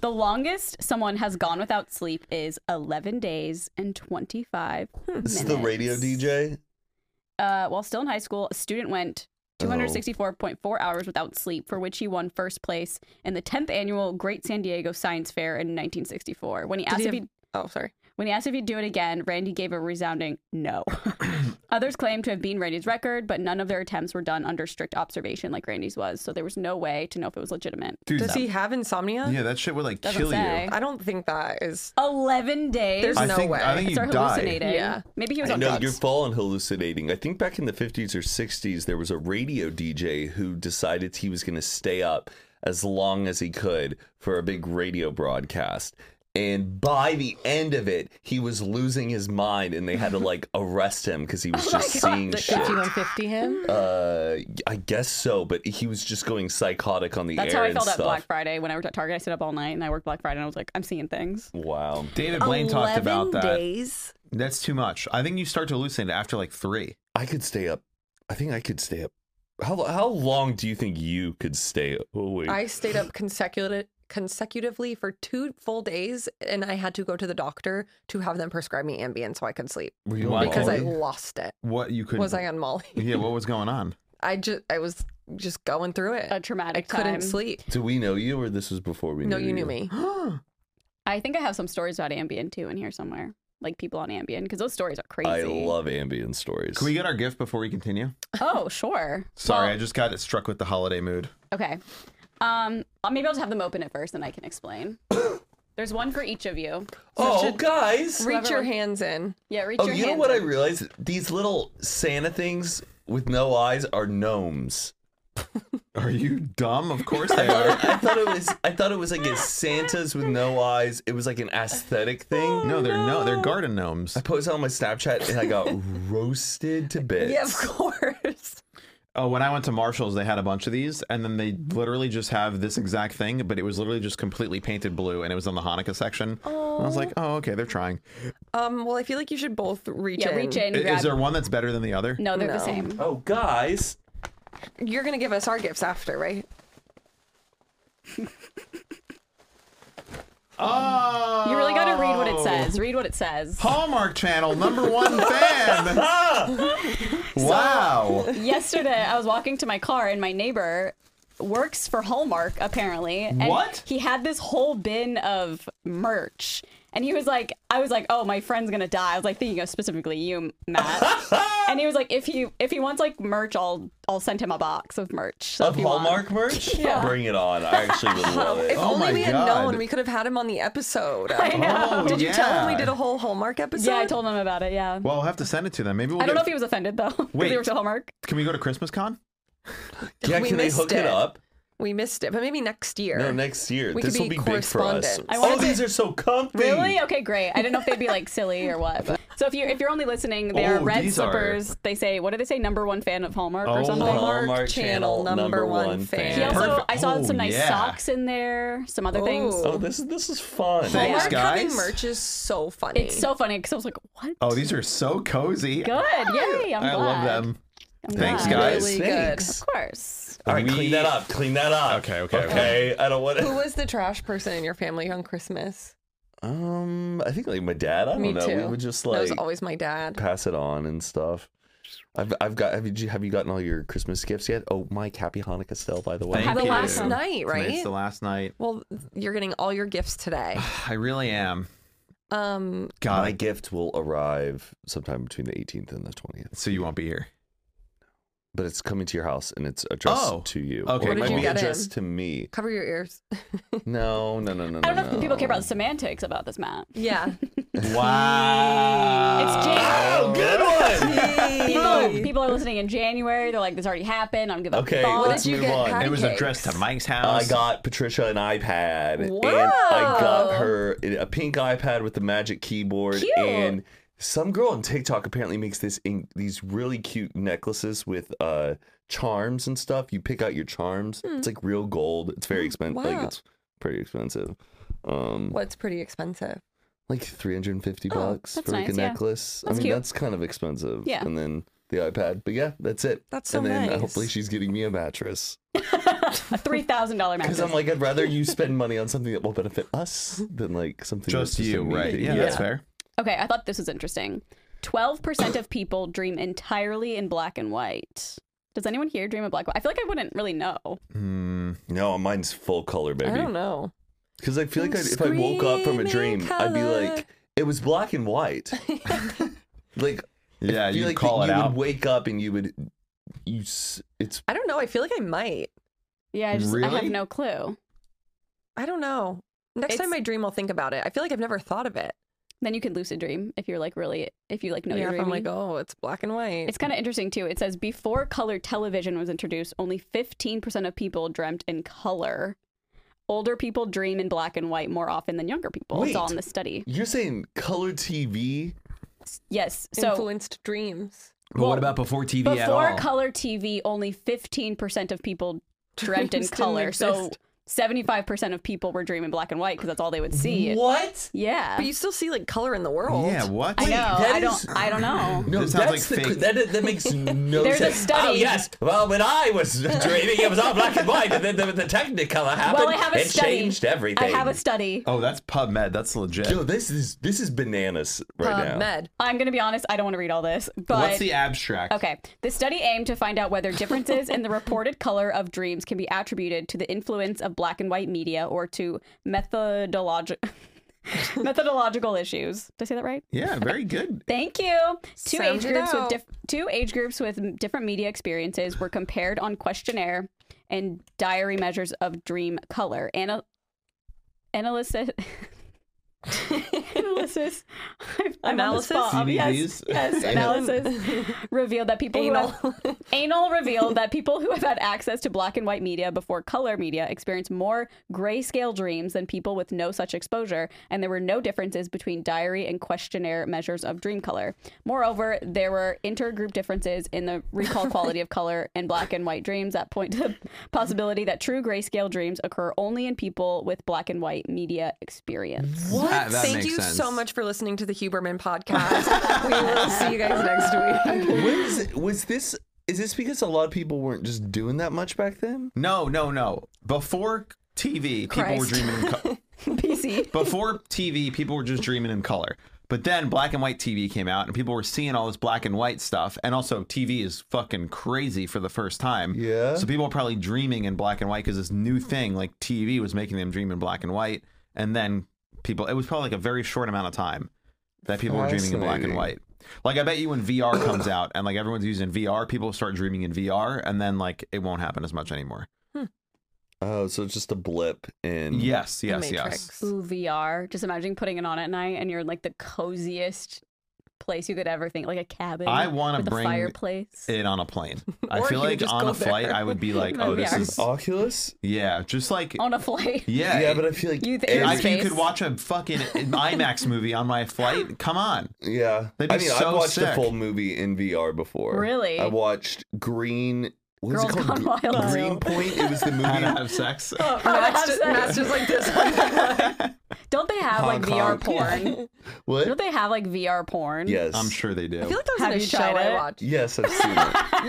D: The longest someone has gone without sleep is 11 days and 25
B: Hmm.
A: This is the radio DJ.
D: Uh, while still in high school, a student went 264.4 hours without sleep, for which he won first place in the 10th annual Great San Diego Science Fair in 1964. When he
B: Did
D: asked
B: he
D: if
B: have-
D: he'd
B: Oh, sorry.
D: When he asked if he'd do it again, Randy gave a resounding no. <laughs> Others claimed to have beaten Randy's record, but none of their attempts were done under strict observation like Randy's was, so there was no way to know if it was legitimate.
C: dude.
B: Does he have insomnia?
C: yeah, that shit would like
D: Doesn't
C: kill
D: say.
C: you.
B: I don't think that is
D: 11 days.
B: There's
C: I
B: no
C: think
B: way.
C: I think you
D: are
C: die.
D: hallucinating.
B: Yeah.
D: Maybe he was
A: I
D: on
A: know
D: drugs.
A: you're full on hallucinating. I think back in the 50s or 60s, there was a radio DJ who decided he was going to stay up as long as he could for a big radio broadcast. And by the end of it, he was losing his mind, and they had to
D: <laughs>
A: like arrest him because he was
D: Oh
A: just seeing
B: Did
A: shit.
B: you 150 him?
A: Uh, I guess so, but he was just going psychotic on the
D: That's
A: air
D: how I
A: and
D: felt at
A: stuff.
D: Black Friday when I worked at Target. I stayed up all night and I worked Black Friday and I was like, I'm seeing things.
A: Wow.
C: David Blaine talked about that.
B: days.
C: That's too much. I think you start to hallucinate after like three.
A: I could stay up. I think I could stay up. How, how long do you think you could stay Oh, awake?
B: I stayed up consecutive consecutively for two full days, and I had to go to the doctor to have them prescribe me Ambien so I could sleep
A: Were you
C: Why
A: on
B: because I
A: Molly?
B: lost it.
C: What you could
B: Was I on Molly?
C: Yeah, what was going on?
B: I just I was just going through it.
D: A
B: I
D: traumatic
B: couldn't
D: time.
B: sleep.
A: Do we know you, or this was before we?
B: No,
A: knew
B: you knew me.
D: I think I have some stories about Ambien too in here somewhere. Like people on Ambien, because those stories are crazy.
A: I love ambient stories.
C: Can we get our gift before we continue?
D: <laughs> Oh, sure.
C: Sorry,
D: Well-
C: I just got struck with the holiday mood.
D: Okay. Um, I'll- maybe I'll just have them open it first, and I
A: <coughs>
D: can explain. There's one for each of you.
A: oh, guys!
B: Reach your hands in.
D: Yeah, reach
A: oh,
D: your
A: you know
D: hands
A: what I
D: in.
A: realized? These little Santa things with no eyes are gnomes.
C: Are you dumb? Of course
A: <laughs>
C: they
B: <laughs>
C: are.
A: I thought it was. I thought it was like a Santa's with no eyes. It was like an aesthetic
B: Oh.
A: thing.
C: No, they're no, they're garden gnomes.
A: I posted on my Snapchat and I
B: <laughs>
A: got roasted to bits.
B: Yeah, of course.
C: Oh, when I went to Marshalls, they had a bunch of these, and then they
B: Mm-hmm.
C: literally just have this exact thing, but it was literally just completely painted blue, and it was on the Hanukkah section. And I was like, oh, okay, they're trying.
B: Um. Well, I feel like you should both reach
D: Yeah,
B: in.
D: reach in.
C: I-
D: grab-
C: Is there one that's better than the
B: <laughs>
C: other?
D: No, they're the
B: No.
D: same.
A: Oh, guys!
B: You're gonna give us our gifts after, right?
C: Oh,
D: You really got to read what it says. Read what it says.
C: Hallmark Channel number one
B: <laughs>
C: fan.
A: Ah!
C: wow.
D: Yesterday, I was walking to my car, and my neighbor works for Hallmark apparently. And
C: What?
D: He had this whole bin of merch, And he was like, I was like, oh, my friend's gonna die. I was like thinking of specifically you,
G: <laughs>
D: Matt. and he was like, if he if he wants like merch, I'll I'll send him a box of merch. So
A: Of
D: if you want.
A: Hallmark merch? Bring it on. I actually would love it.
B: <laughs> If
G: Oh my
B: only we had
G: God.
B: known, we could have had him on the episode.
D: I know.
B: Did you tell him we
G: Oh, yeah.
B: did a whole Hallmark episode?
D: Yeah, I told him about it. Yeah.
G: Well, I'll have to send it to them. Maybe we'll
D: I don't know
G: get-
D: if he was offended though. <laughs> 'cause
G: Wait.
D: he works at Hallmark.
G: Can we go to Christmas Con?
A: Yeah,
B: we
A: can they
B: missed
A: hook it
B: it.
A: up?
B: We missed it, but maybe next year.
A: No, next year.
B: We could
A: this will
B: be
A: be big for us.
B: correspondents. I
A: Oh,
D: wanted
A: these are so comfy.
D: Really? Okay, great. I didn't know if they'd be like silly or what. But. So if you're if you're only listening, they are
G: Oh,
D: red
G: these are-
D: slippers. They say what do they say? Number one fan of Hallmark
G: Oh,
D: or something.
B: Hallmark Channel number one fan.
D: He also
G: Perfect.
D: I saw
G: Oh,
D: some nice
G: yeah.
D: socks in there, some other things.
B: Ooh.
A: Oh, this is this is fun.
G: Thank- Thanks,
B: Hallmark having
G: guys.
B: merch is so funny.
D: It's so funny because I was like, what?
G: Oh, these are so cozy.
D: good. Yay! I'm glad.
G: I love them.
D: I'm
G: Thanks,
D: glad.
G: guys.
B: really
A: thanks.
D: Of course.
A: All right, clean that up. Clean that up.
G: Okay, okay, okay.
A: okay. I don't want
B: good. Who
A: to.
B: was the trash person in your family on Christmas?
A: Um, I think like my dad. I don't
B: Me
A: know.
B: too.
A: We would just
B: that
A: like
B: was always my dad.
A: pass it on and stuff. I've I've got. Have you have you gotten all your Christmas gifts yet? Oh, Mike, happy Hanukkah still. By the way,
G: Thank
B: the
G: you.
B: last night,
G: It's
B: right?
G: the last night.
B: Well, you're getting all your gifts
G: <sighs>
B: today.
G: I really am.
B: Um,
G: God,
A: my gift will arrive sometime between the 18th and the 20th,
G: so you won't be here.
A: but it's coming to your house and it's addressed
G: Oh,
A: to you.
G: okay,
A: or it
B: What did
A: might
B: you
A: be
B: get him?
A: addressed to me.
B: cover your
D: <laughs>
B: ears.
A: No, no, no, no.
D: I don't
A: no,
D: know if people care
A: no.
D: about the semantics about this, Matt.
B: Yeah.
G: Wow.
D: It's January.
A: Oh, good one.
D: <laughs> People, people are listening in January. They're like, this already happened. I don't give a
A: Okay,
D: fuck.
A: let's
B: did you
A: move
B: get,
A: on.
B: Patty?
G: It was
B: Pancakes.
G: addressed to Mike's house.
A: I got Patricia an iPad, and I got her a pink iPad with the magic keyboard,
D: Cute.
A: and some girl on TikTok apparently makes this in, these really cute necklaces with uh charms and stuff. You pick out your charms.
D: Hmm.
A: It's like real gold. It's
D: Oh,
A: very expensive. Like
B: wow.
A: it's pretty expensive. Um,
B: What's pretty expensive?
A: like three hundred and fifty
D: Oh,
A: bucks
D: that's
A: for like a
D: nice, yeah.
A: necklace. I
D: That's
A: mean,
D: cute.
A: that's kind of expensive.
D: Yeah.
A: and then the iPad. But yeah, that's it.
B: That's so
A: And then uh,
B: nice.
A: hopefully she's getting me a mattress.
D: A three thousand dollar mattress.
A: Because I'm like, I'd rather you spend money on something that will benefit us than like something that's
G: just you,
A: a me
G: right?
A: thing.
G: Yeah, that's fair.
D: okay, I thought this was interesting. Twelve percent of people dream entirely in black and white. Does anyone here dream of black? and white? I feel like I wouldn't really know.
G: Hmm.
A: No, mine's full color,
B: I
A: baby.
B: don't know.
A: Because I feel like
B: I'm
A: I'd, if I woke up from a
B: screaming
A: dream, I'd be
B: color.
A: like, it was black and white. like,
G: Yeah,
A: I feel
G: you
A: like
G: call
A: that
G: it
A: you
G: out.
A: would wake up and you would, you, s- it's
B: I don't know. I feel like I might.
D: Yeah, I just I have
G: Really?
D: no clue.
B: I don't know. Next
D: It's-
B: time I dream, I'll think about it. I feel like I've never thought of it.
D: Then you can lucid dream if you're like really if you like know
B: yeah,
D: you're
B: if I'm
D: dreaming.
B: like, oh, it's black and white.
D: It's kind of interesting too. It says before color television was introduced, only 15% of people dreamt in color. Older people dream in black and white more often than younger people. It's all
A: Wait.
D: in the study.
A: you're saying color TV.
D: Yes. So
B: influenced dreams.
G: But what about before TV at
D: before
G: all?
D: color TV, only 15% of people dreamt
B: <laughs>
D: in
B: Dreams didn't
D: color. So
B: exist.
D: 75% of people were dreaming black and white because that's all they would see.
A: What?
D: Yeah.
B: But you still see like color in the world.
G: yeah. What?
D: I know.
A: that
D: I
A: is-
D: don't I don't know.
A: No,
G: That sounds
A: that's
G: like
A: the,
G: fake.
A: that, that makes no
D: <laughs> There's a
A: sense.
D: study.
A: Oh yes, well when I was <laughs> dreaming, it was all black and white, and then the, the Technicolor happened.
D: Well, I have a
A: it
D: study.
A: changed everything.
D: I have a study.
G: Oh, that's PubMed. That's legit.
A: Yo, this is this is bananas right now.
B: PubMed.
D: I'm going to be honest, I don't want to read all this, but
G: What's the abstract?
D: Okay. The study aimed to find out whether differences in the reported <laughs> color of dreams can be attributed to the influence of black and white media or to methodologi- <laughs> methodological issues. Did I say that right?
G: Yeah, very good.
D: Thank you. Two
B: Sound
D: age
B: it
D: groups with
B: out.
D: diff- two age groups with m- different media experiences were compared on questionnaire and diary measures of dream color. Ana- analysis. <laughs> analysis. <laughs> I'm- I'm on the
B: Analysis?
D: spot. Um, Yes,
G: CVVs?
D: yes. Analysis revealed that people who have, <laughs> anal revealed that people who have had access to black and white media before color media experience more grayscale dreams than people with no such exposure, and there were no differences between diary and questionnaire measures of dream color. Moreover, there were intergroup differences in the recall quality of color in black and white dreams that point to the possibility that true grayscale dreams occur only in people with black and white media experience. <laughs>
G: What? That, that
B: Thank
G: makes
B: you
G: sense.
B: so much for listening to the Huberman podcast. we will see you guys next
D: <laughs>
B: week.
A: Was was this? Is this because a lot of people weren't just doing that much back then?
G: No, no, no. Before TV, people were
B: Christ.
G: dreaming. In co-
D: PC.
G: before TV, people were just dreaming in color. But then black and white TV came out, and people were seeing all this black and white stuff. And also, TV is fucking crazy for the first time.
A: Yeah.
G: So people were probably dreaming in black and white because this new thing, like TV, was making them dream in black and white. And then people. It was probably like a very short amount of time that people were dreaming in black and
A: Fascinating.
G: white. Like I bet you when VR comes out and like everyone's using VR, people start dreaming in VR, and then like it won't happen as much anymore.
A: Oh, so it's just a blip in.
G: Yes,
B: The
G: yes, yes.
B: Matrix.
D: Ooh, VR. Just imagine putting it on at night and you're in like the coziest place you could ever think, like a cabin.
G: I wanna
D: with
G: bring
D: a fireplace.
G: It on a plane. I
B: Or
G: feel
B: you
G: like
B: just
G: on
B: go
G: a flight,
B: there.
G: I would be like, oh, this
A: <laughs>
D: VR.
G: is
A: Oculus?
G: yeah, just like
D: on a flight. <laughs>
G: yeah,
A: Yeah, but I feel like
D: You think-
G: I,
A: every-
D: It's
G: you
D: space.
G: could watch a fucking IMAX movie on my flight.
A: <laughs>
G: Come on.
A: Yeah,
G: They'd be
A: I mean,
G: so
A: I've watched
G: sick.
A: a full movie in VR before.
D: Really?
A: I watched Green. What is it
D: Girls
A: called?
D: Gone
A: Gre-
D: Wild.
A: Green Point. It
G: <laughs>
A: was the movie.
G: How to have sex.
A: Oh.
B: Matt's, <laughs>
D: Have
B: just,
D: sex.
B: Matt's just Oh, like this. One.
D: Don't they have like
A: Hong
D: VR
A: Kong. <laughs>
D: porn?
A: what?
D: Don't they have like VR porn?
A: Yes.
G: I'm sure they do.
B: I feel like that was
D: Have
B: in a
D: you
B: show
D: tried
B: I
D: it?
B: watched.
A: Yes, I've
D: <laughs>
A: seen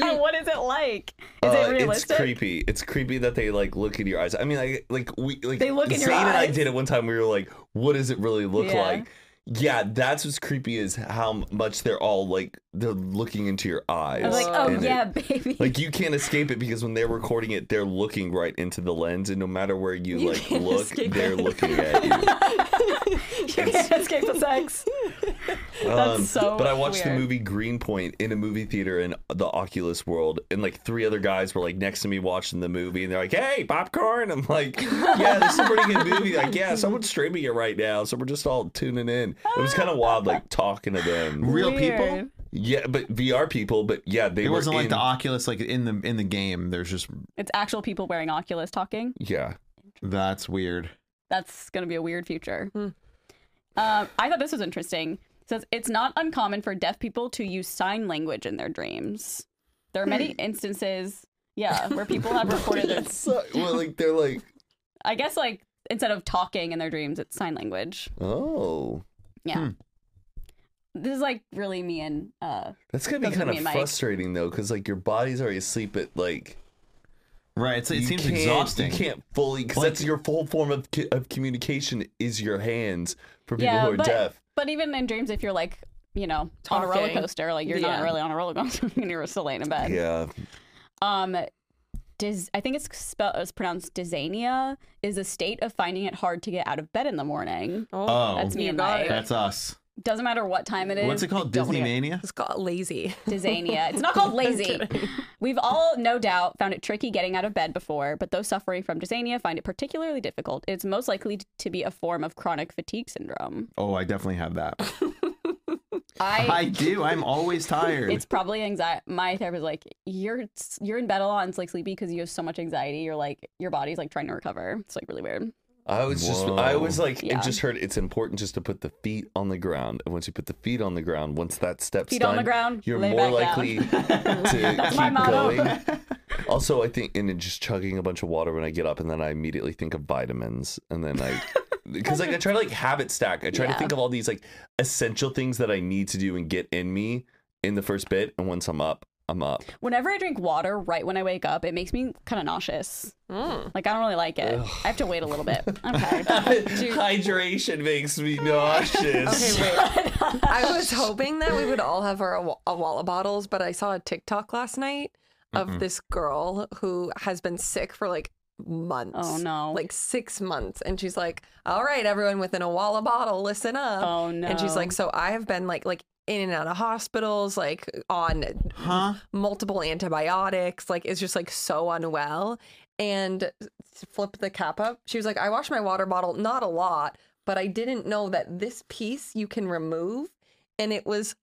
A: it.
D: what is it <laughs> like? Is
A: Uh,
D: it realistic?
A: It's creepy. It's creepy that they like look in your eyes. I mean, like, like we like
D: They look in your
A: Zayn and I
D: eyes.
A: did it one time. We were like, "What does it really look
D: Yeah.
A: like?" Yeah, that's what's creepy is how much they're all like they're looking into your eyes.
D: I was like, oh
A: and it-
D: yeah, baby. <laughs>
A: like you can't escape it because when they're recording it, they're looking right into the lens, and no matter where you,
B: You
A: like
B: can't
A: look,
B: escape
A: they're
B: it. <laughs>
A: looking at you.
D: you can't escape the
A: <laughs>
D: sex. That's so
A: Um, But I watched
D: weird.
A: the movie Greenpoint in a movie theater in the Oculus World, and like three other guys were like next to me watching the movie, and they're like, "Hey, popcorn!" I'm like, "Yeah, this is a pretty good movie." Like, yeah, someone's streaming it right now, so we're just all tuning in. It was kind of wild, like talking to them.
G: Real people.
D: Weird.
A: Yeah, but VR people, but yeah, they
G: It
A: were
G: wasn't like
A: in-
G: the Oculus, like in the in the game. There's just
D: It's actual people wearing Oculus talking.
A: yeah.
G: that's weird.
D: That's going to be a weird future.
A: Hmm.
D: Um, I thought this was interesting. It says it's not uncommon for deaf people to use sign language in their dreams. There are many
A: Hmm.
D: instances, yeah, where people
A: <laughs>
D: have reported this.
A: So- well, like they're like,
D: I guess like instead of talking in their dreams, it's sign language.
A: oh,
D: Yeah. This is like really me and uh
A: that's gonna be
D: That's what
A: kind
D: me
A: of
D: and Mike-
A: frustrating though, because like your body's already asleep at like.
G: Right. It's, it
A: You
G: seems
A: can't-
G: exhausting.
A: You can't fully because
G: Like-
A: that's your full form of co- of communication is your hands for people
D: yeah,
A: who are
D: but,
A: deaf.
D: but even in dreams if you're like, you know, on a roller
B: Talking.
D: coaster, like you're not
B: Yeah.
D: really on a roller coaster <laughs> and you're still laying in bed.
A: Yeah,
D: Um, dis- I think it's spelled it's pronounced dysania is a state of finding it hard to get out of bed in the morning.
G: Oh,
D: That's
G: that's,
D: me
B: You
D: and
B: got
D: Mike.
B: it.
G: us.
D: Doesn't matter what time it is.
G: What's it called?
D: don't wanna
G: Disney
D: get-
G: Mania.
B: It's called
D: <laughs>
B: lazy.
G: <laughs>
D: Dysania. It's not called lazy. We've all, no doubt, found it tricky getting out of bed before, but those suffering from dysania find it particularly difficult. It's most likely to be a form of chronic fatigue syndrome.
G: Oh, I definitely have that.
D: I.
G: I do. I'm always tired.
D: <laughs> it's probably anxiety. My therapist is like you're you're in bed a lot and it's like sleepy because you have so much anxiety. You're like your body's like trying to recover. It's like really weird.
A: I was just
G: Whoa.
A: I was like
D: Yeah.
A: it just heard it's important just to put the feet on the ground and once you put the feet on the ground once that step's
D: Feet on
A: done
D: the ground,
A: you're
D: lay
A: more
D: back
A: likely
D: down. <laughs>
A: to
D: my
A: keep
D: motto. <laughs>
A: going. Also, I think and then just chugging a bunch of water when I get up and then I immediately think of vitamins and then
D: <laughs>
A: I. Because like I try to like habit stack, I try
D: Yeah.
A: to think of all these like essential things that I need to do and get in me in the first bit, and once I'm up, I'm up.
D: Whenever I drink water right when I wake up, it makes me kind of nauseous.
B: Mm.
D: Like I don't really like it. I have to wait a little bit. I'm tired.
A: Hydration makes
G: <laughs>
A: me nauseous.
B: Okay, wait. I was hoping that we would all have our wa- a wall of bottles, but I saw a TikTok last night of this girl who has been sick for like months.
D: Oh, no.
B: Like six months. And she's like, All right, everyone within a wall of bottle, listen up.
D: Oh,
B: And she's
D: no.
B: like, So I have been like like in and out of hospitals, like on
G: huh?
B: multiple antibiotics, like is just like so unwell. And flip the cap up. She was like, I washed my water bottle, not a lot, but I didn't know that this piece you can remove. And it was,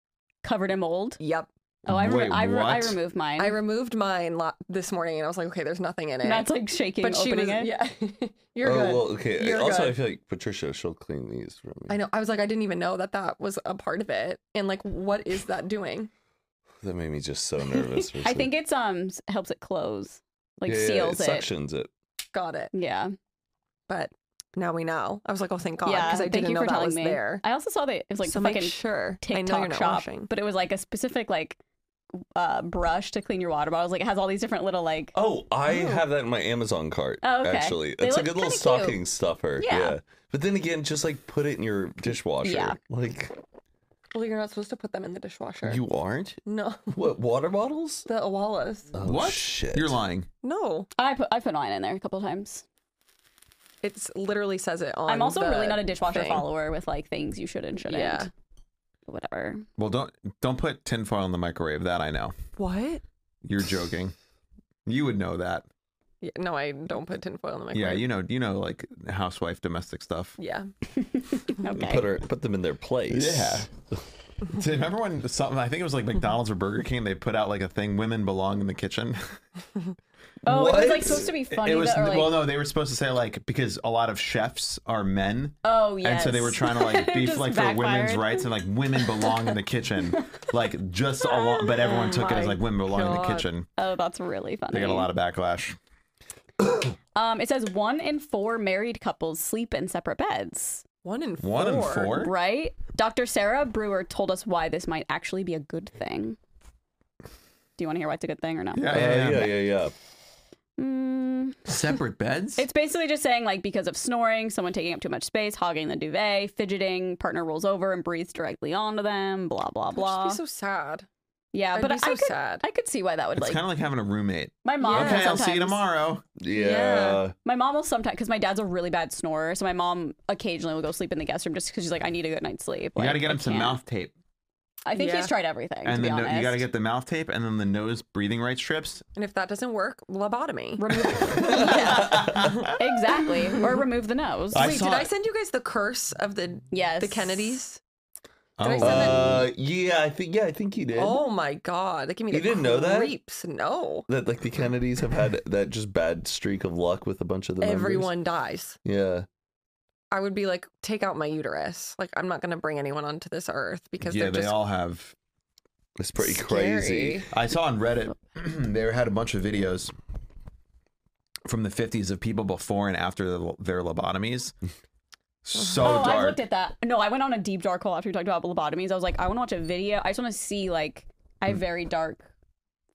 D: Covered in mold.
B: yep.
D: Oh, I, re-
G: Wait,
D: I, re- I
G: what?
D: removed mine.
B: I removed mine lo- this morning and I was like, okay, there's nothing in it.
D: Matt's like shaking,
B: but she
D: opening
B: was,
D: it.
B: yeah. <laughs> You're
A: oh
B: good.
A: well, okay.
B: You're
A: also,
B: good.
A: I feel like Patricia, she'll clean these for me.
B: I know. I was like, I didn't even know that that was a part of it. And like, what is that doing?
A: That made me just so nervous. for a
D: I
A: second.
D: think it's um s- helps it close, like
A: Yeah, yeah,
D: seals it.
A: suctions it.
B: Got it.
D: Yeah,
B: But now we know. I was like, oh, thank God.
D: yeah.
B: Because I
D: Thank
B: didn't
D: you
B: know
D: for
B: that
D: telling
B: was
D: me.
B: there.
D: I also saw that it was like
B: so
D: the
B: make
D: fucking
B: sure. I know you're
D: TikTok
B: not
D: shop,
B: washing.
D: but it was like a specific like uh, brush to clean your water bottles. Like it has all these different little like
A: Oh, I have that in my Amazon cart.
D: Oh, okay.
A: Actually,
D: They
A: it's a
D: look
A: good little
D: kinda
A: stocking
D: cute.
A: stuffer.
D: Yeah.
A: Yeah. But then again, just like put it in your dishwasher.
D: Yeah.
A: Like
B: Well, you're not supposed to put them in the dishwasher.
A: you aren't.
B: no, <laughs>
A: What water bottles?
B: the Awalas.
A: Oh,
G: What?
A: Shit.
G: You're lying.
B: No,
D: I put I put mine in there a couple times.
B: It's literally says it on.
D: I'm also
B: the
D: really not a dishwasher
B: thing.
D: follower with like things you should and shouldn't.
B: Yeah.
D: Whatever.
G: Well, don't don't put tinfoil in the microwave. That I know.
B: What?
G: You're joking. you would know that.
B: Yeah, no, I don't put tinfoil in the
G: yeah,
B: microwave.
G: you know, you know, like housewife domestic stuff.
B: Yeah.
D: Okay.
A: Put her, put them in their place.
G: <laughs> Do you remember when something? I think it was like McDonald's or Burger King. They put out like a thing: "Women belong in the kitchen."
D: Oh, it was like
A: What?
D: supposed to be funny.
G: <laughs> it was
D: though, or, like,
G: well, no, they were supposed to say like because a lot of chefs are men.
D: Oh yes.
G: And so they were trying to like beef
D: Just
G: like for women's
D: backfired.
G: rights and like women belong in
D: <laughs>
G: the kitchen, like just along. But everyone took it as like women belong in the
B: God.
G: kitchen.
D: <laughs> Oh, that's really funny.
G: They got a lot of backlash.
D: Um, it says one in four married couples sleep in separate beds,
B: One in four.
G: One in four.
D: right? Dr. Sarah Brewer told us why this might actually be a good thing. Do you want to hear why it's a good thing or not?
A: Uh, yeah, yeah, yeah.
D: Mm,
G: Separate
D: <laughs>
G: beds.
D: it's basically just saying like because of snoring, someone taking up too much space, hogging the duvet, fidgeting, partner rolls over and breathes directly onto them, blah blah blah.
B: She'd be so sad.
D: yeah,
B: I'd
D: but
B: be so
D: I could
B: sad.
D: I could see why that would
G: It's
D: like
G: kind of like having a roommate.
D: my mom.
B: Yeah.
G: Okay, I'll see
D: sometimes-
G: you tomorrow.
A: Yeah.
B: Yeah.
D: My mom will sometimes, because my dad's a really bad snorer, so my mom occasionally will go sleep in the guest room just because she's like, I need a good night's sleep.
G: You got to
D: Like,
G: get
D: I
G: him some
D: can't.
G: mouth tape,
D: I think
B: Yeah.
D: he's tried everything. to
G: and
D: be
G: then no,
D: honest.
G: you got to get the mouth tape, and then the nose breathing right strips.
B: And if that doesn't work, lobotomy.
G: <laughs>
D: remove. <laughs> Yeah. exactly, or remove the nose.
G: I
B: Wait,
G: saw
B: did I
G: it.
B: send you guys the curse of the
D: yes,
B: the Kennedys?
G: Oh,
B: Did I send that-
A: Uh, yeah, I think yeah, I think you did.
B: Oh my god, that gave me the
A: You didn't know that?
B: creeps. No,
A: That like the Kennedys have had that just bad streak of luck with a bunch of the members.
B: everyone dies.
A: Yeah.
B: I would be like, take out my uterus. Like, I'm not gonna bring anyone onto this earth because
G: yeah,
B: they're
G: they
B: just
G: all have.
A: It's pretty
B: scary.
A: crazy.
G: I saw on Reddit <clears throat> they had a bunch of videos from the 50s of people before and after the, their lobotomies. So
D: Oh,
G: dark.
D: I looked at that. No, I went on a deep dark hole after we talked about lobotomies. I was like, I want to watch a video. I just want to see like I have very dark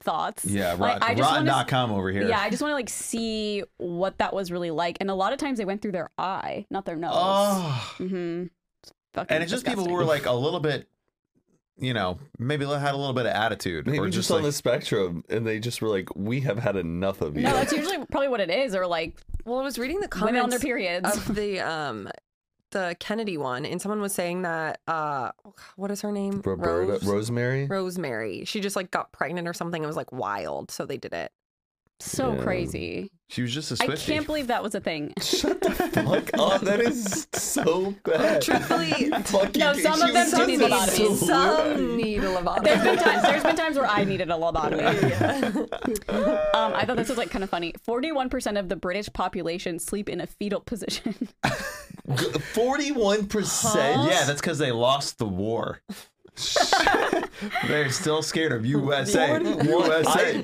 D: thoughts.
G: Hmm. yeah,
D: like,
G: rot,
D: wanna-
G: rotten.com over here.
D: Yeah, I just want to like see what that was really like. And a lot of times they went through their eye, not their nose.
G: Oh,
D: Mm-hmm. Fucking
G: and it's just people who were
D: disgusting.
G: like a little bit, you know, maybe had a little bit of attitude.
A: Maybe
G: or
A: just,
G: just,
A: on
G: like,
A: the spectrum, and they just were like, "We have had enough of you."
D: No, that's usually probably what it is, or like
B: Well, I was reading the comments
D: women on their periods.
B: of the um the Kennedy one, and someone was saying that uh, what is her name?
A: Roberta,
B: Rose?
A: Rosemary.
B: Rosemary. She just like got pregnant or something. It was like wild, so they did it. <laughs>
D: so
A: Yeah.
D: crazy.
G: she was just a
D: I
G: Swiftie.
D: can't believe that was a
G: <laughs>
D: thing.
A: Shut the fuck up! That is so bad.
B: <laughs> Truthfully,
A: Fucking-
D: No, some
A: she
D: of them
A: was
D: do
A: just
D: need
A: a so-
D: lobotomies.
B: <laughs> Some need a
D: There's been
B: lobotomy.
D: times. There's been times where I needed a
A: <laughs>
D: lobotomy. um, I thought this was like kind of funny. Forty-one percent of the British population sleep in a fetal position. <laughs>
A: Forty-one percent.
G: Yeah, that's because they lost the war.
D: <laughs>
G: They're still scared of USA. USA.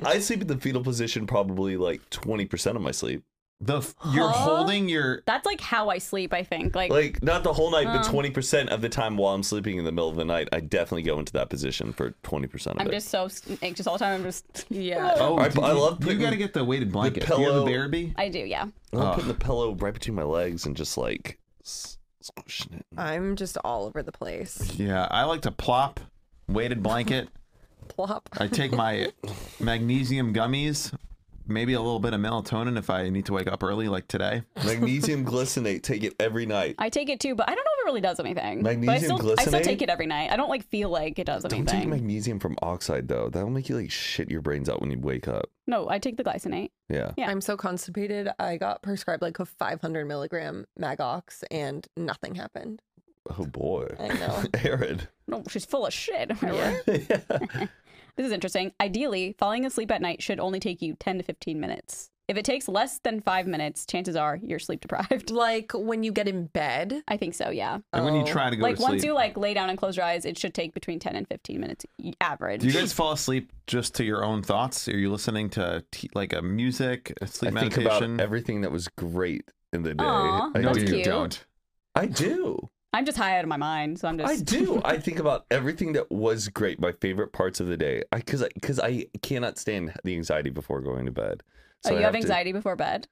A: I, I sleep in the fetal position probably like twenty percent of my sleep.
G: The f- you're holding your
D: That's like how I sleep. I think. Like,
A: Like not the whole night, but twenty percent of the time while I'm sleeping in the middle of the night, I definitely go into that position for twenty percent of
D: I'm
A: it.
D: just so s- anxious all the time. I'm just. <laughs>
B: yeah.
G: Oh,
A: I-
G: did
A: I
G: you-
A: love
G: You
A: putting
G: gotta get the weighted blanket. Do you have
A: pillow-
G: a Barbie?
D: I do. Yeah.
A: I'm
G: Ugh.
A: putting the pillow right between my legs and just like s- squishing it.
B: I'm just all over the place.
G: Yeah, I like to plop weighted blanket.
B: Plop.
G: I take my magnesium gummies, maybe a little bit of melatonin if I need to wake up early, like today.
D: <laughs>
A: Magnesium glycinate, take it every night.
D: I take it too, but I don't know if it really does anything. but I
A: Magnesium
D: still, I still
A: glycinate?
D: take it every night. I don't like feel like it does
A: Don't take
D: anything.
A: magnesium from oxide though. That'll make you like shit your brains out when you wake up.
D: no, I take the glycinate.
A: Yeah.
D: Yeah.
B: I'm so constipated. I got prescribed like a 500 milligram Magox and nothing happened.
A: Oh boy. <laughs>
B: I know.
A: Arid.
D: No, she's full of shit.
B: Yeah.
A: <laughs> yeah.
D: <laughs> This is interesting. Ideally, falling asleep at night should only take you 10 to 15 minutes. If it takes less than five minutes, chances are you're sleep deprived. <laughs>
B: Like when you get in bed.
D: I think so, yeah.
G: And when you
B: Oh.
G: try to go
D: like
G: to
D: once
G: sleep,
D: you like lay down and close your eyes, it should take between 10 and 15 minutes y- average.
G: do you guys fall asleep just to your own thoughts? Are you listening to t- like a music, a
A: I
G: sleep
A: think
G: meditation?
A: about everything that was great in the day.
D: Aw,
A: I
G: no,
A: do.
D: That's
G: you
D: cute.
G: don't.
A: I do.
D: <laughs> I'm just high out of my mind, so I'm just
A: I
D: <laughs>
A: do. I think about everything that was great, my favorite parts of the day. I cuz I cuz I cannot stand the anxiety before going to bed.
D: Oh,
A: I
D: you have Oh,
A: to-
D: anxiety before bed?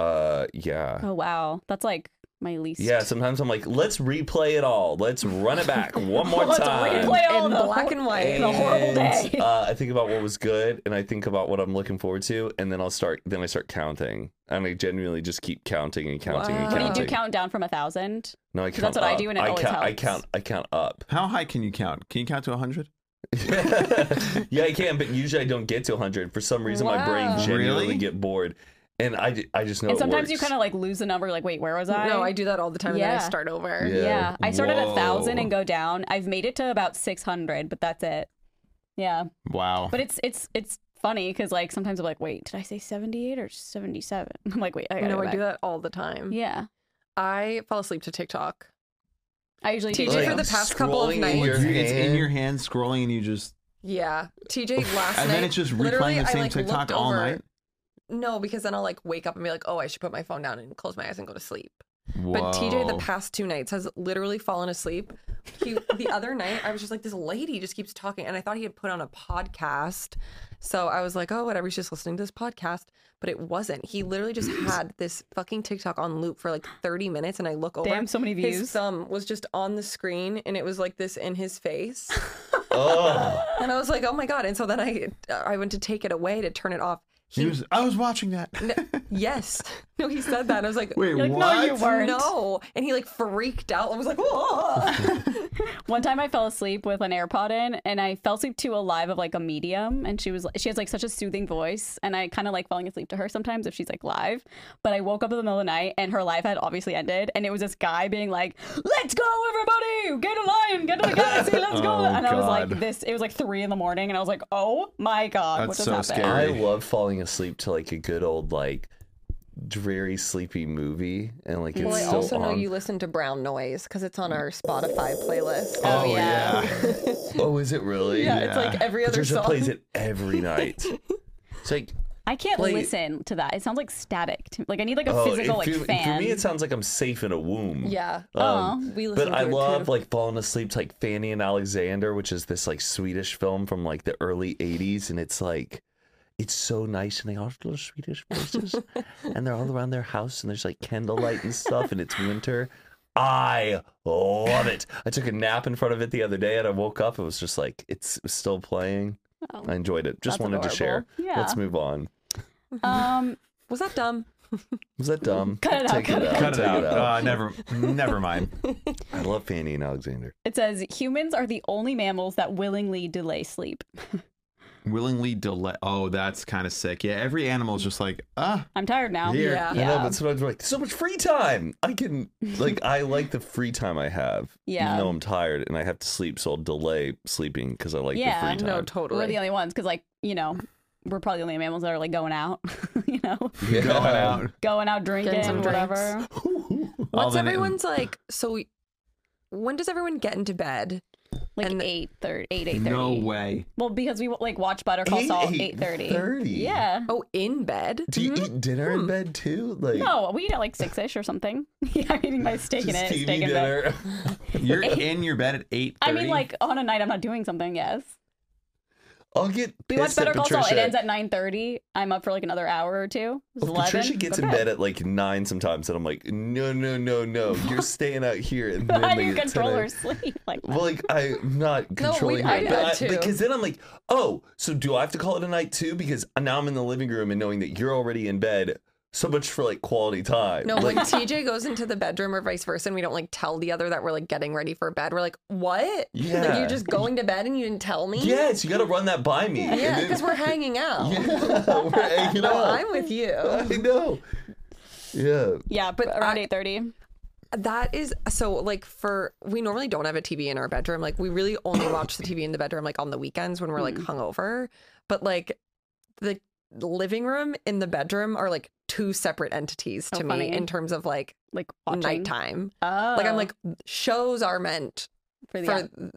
A: uh yeah.
D: Oh wow. That's like my least.
A: Yeah,
D: <laughs>
A: sometimes I'm like, let's replay it all. Let's run it back one more
D: <laughs> Let's
A: time.
D: replay all
B: in
D: the
B: black and white.
A: And,
D: The
A: <laughs>
D: horrible day. <laughs>
A: Uh, I think about what was good, and I think about what I'm looking forward to, and then I'll start. Then I start counting, and I genuinely just keep counting and counting
B: Wow.
A: and
B: What
A: counting.
D: But you do count down from a thousand.
A: No, I
D: 'Cause
A: count.
D: that's what I
A: up.
D: do, and it
A: I
D: always
A: count, I
D: helps.
A: count. I count up.
G: How high can you count? Can you count to 100?
A: <laughs> yeah, I can, but usually I don't get to 100. For some reason, my brain
B: Wow.
A: genuinely
G: Really?
A: get bored, and I, ju- I just know.
D: and
A: it
D: sometimes you
A: works.
D: kind of like lose the number. Like, wait, where was I?
B: No, I do that all the time, and then
D: Yeah.
B: I start over.
A: Yeah.
D: Yeah. I started at
G: Whoa.
D: a thousand and go down. I've made it to about six hundred, but that's it. Yeah,
G: Wow.
D: but it's it's it's funny because like sometimes I'm like, wait, did I say seventy eight or seventy seven? <laughs> I'm like, wait, I
B: You
D: gotta
B: know,
D: go
B: I do
D: back.
B: that all the time.
D: Yeah,
B: I fall asleep to TikTok.
D: I usually do.
B: TJ
D: that.
B: for the past couple of
A: scrolling in
B: nights.
A: your
G: It's in
A: hand.
G: your hand scrolling and you just
B: Yeah, TJ last
G: and
B: night.
G: then it's just
B: literally,
G: replaying the
B: I,
G: same
B: like,
G: TikTok
B: looked
G: all
B: over-
G: night.
B: No, because then I'll like wake up and be like, oh, I should put my phone down and close my eyes and go to sleep.
G: Whoa.
B: But TJ, the past two nights, has literally fallen asleep. He, the other night, I was just like, this lady just keeps talking. And I thought he had put on a podcast. So I was like, oh, whatever. She's just listening to this podcast. But it wasn't. He literally
G: <clears throat>
B: just had this fucking TikTok on loop for like 30 minutes. And I look over.
D: Damn, so many
B: His
D: views.
B: thumb was just on the screen and it was like this in his face.
A: Oh,
B: and I was like, oh my God. And so then I, I went to take it away to turn it off.
G: He was- I was watching that.
B: <laughs>
G: <laughs>
B: Yes. No, he said that. And I was like,
G: Wait,
D: You're like,
G: what?
D: no, you weren't.
B: no. And he like freaked out. I was like, whoa.
D: One time I fell asleep with an AirPod in, and I fell asleep to a live of like a medium, and she was she has like such a soothing voice, and I kind of like falling asleep to her sometimes if she's like live. But I woke up in the middle of the night, and her live had obviously ended, and it was this guy being like, "Let's go, everybody! Get a lion! Get to the galaxy! Let's go!"
G: Oh,
D: and I was
G: God.
D: like, "This." It was like three in the morning, and I was like, "Oh my god, what
G: That's
D: just
G: so
D: happened?"
G: scary.
A: I love falling asleep to like a good old like dreary sleepy movie, and like it's
B: Well, I
A: still
B: also know
A: on.
B: you listen to brown noise because it's on our Spotify playlist.
D: Oh,
G: Oh,
D: yeah.
G: yeah.
A: Oh, is it really?
B: yeah, it's like every other
A: Patricia
B: song.
A: plays it every
B: <laughs>
A: night. It's like
D: I can't
A: Play-
D: listen to that. It sounds like static. To, like I need like a
A: oh,
D: physical
A: it
D: like
A: feel-
D: fan.
A: for me, it sounds like I'm safe in a womb.
B: Yeah.
A: Um,
D: Aw,
B: we listen
A: but
B: to
A: I
B: it
A: love
B: too.
A: like falling asleep to like Fanny and Alexander, which is this like Swedish film from like the early '80s, and it's like it's so nice, and they all have little Swedish
D: <laughs>
A: voices, and they're all around their house, and there's like candlelight and stuff, and it's winter. I love it. I took a nap in front of it the other day, and I woke up. It was just like it's it was still playing.
D: Oh,
A: I enjoyed it. Just
D: that's
A: wanted to share.
D: adorable. Yeah.
A: Let's move on.
D: um,
B: Was that dumb?
A: Was that dumb?
D: Cut it out,
A: Take
D: cut it out.
G: Cut it
A: take
G: out. Uh, never, never mind.
A: I love Fanny and Alexander.
D: it says humans are the only mammals that willingly delay sleep. <laughs>
G: Willingly delay. Oh, that's kind of sick. Yeah, every animal's just like, ah,
D: I'm tired now.
G: Here.
B: Yeah.
A: I know, but sometimes we're like, so much free time. I can, like, I like the free time I have.
D: Yeah.
A: Even though I'm tired and I have to sleep, so I'll delay sleeping because I like
D: Yeah,
A: the free
B: No,
A: time.
D: We're the
B: totally.
D: only ones because, like, you know, we're probably the only mammals that are like going out, <laughs> you
A: <laughs>
D: know,
A: yeah.
G: going out.
D: going out drinking,
B: Getting some
D: whatever.
G: All
B: What's
G: the-
B: everyone's like? So, we- when does everyone get into bed?
D: Like
B: And-
D: eight thirty, eight eight thirty.
G: No way.
D: Well, because we like watch Better Call Saul at eight thirty.
A: 8:30?
D: Yeah.
B: Oh, in bed?
A: Do you eat dinner in bed too? Like,
D: mm-hmm. Hmm. No, we eat at like six ish or something. <laughs> yeah, I'm eating my steak in
A: just
D: it,
A: TV
D: steak in bed. <laughs>
A: dinner.
G: You're in your bed at eight.
D: I mean, like on a night I'm not doing something. Yes.
A: I'll get.
D: We watch
A: pissed at
D: Better Call Saul.
A: Patricia.
D: It ends at nine thirty. I'm up for like another hour or two. It's
A: Well,
D: 11.
A: Patricia gets
D: Go
A: in bed at like nine sometimes, and I'm like, no, no, no, no,
D: <laughs>
A: you're staying out here. And then
D: How
A: like,
D: do you
A: at 10
D: control
A: a.m.
D: her sleep? Like,
A: Well, like I'm not controlling
B: I
A: her,
B: do
A: but
B: that
A: I-
B: too.
A: because then I'm like, oh, so do I have to call it a night too? Because now I'm in the living room and knowing that you're already in bed. So much for like quality time.
B: No,
A: like <laughs>
B: when TJ goes into the bedroom or vice versa, and we don't like tell the other that we're like getting ready for bed, we're like, what? Like,
A: Yeah.
B: you're just going to bed and you didn't tell me?
A: yes, you got to run that by me. And
B: Yeah,
A: then-
B: because we're hanging
A: <laughs>
B: out. <laughs>
A: yeah, we're hanging
B: No,
A: out.
B: I'm with
A: <laughs>
B: you.
A: I know. Yeah,
D: yeah, but around
B: I-
D: eight thirty.
B: That is so like for we normally don't have a TV in our bedroom. Like we really only watch the TV in the bedroom like on the weekends when we're
A: Hmm.
B: like hungover. But like the living room and the bedroom are like two separate entities
D: Oh,
B: to me
D: funny.
B: in terms of like
D: like watching
B: nighttime.
D: Oh,
B: Like I'm like shows are meant
D: for
B: for
D: the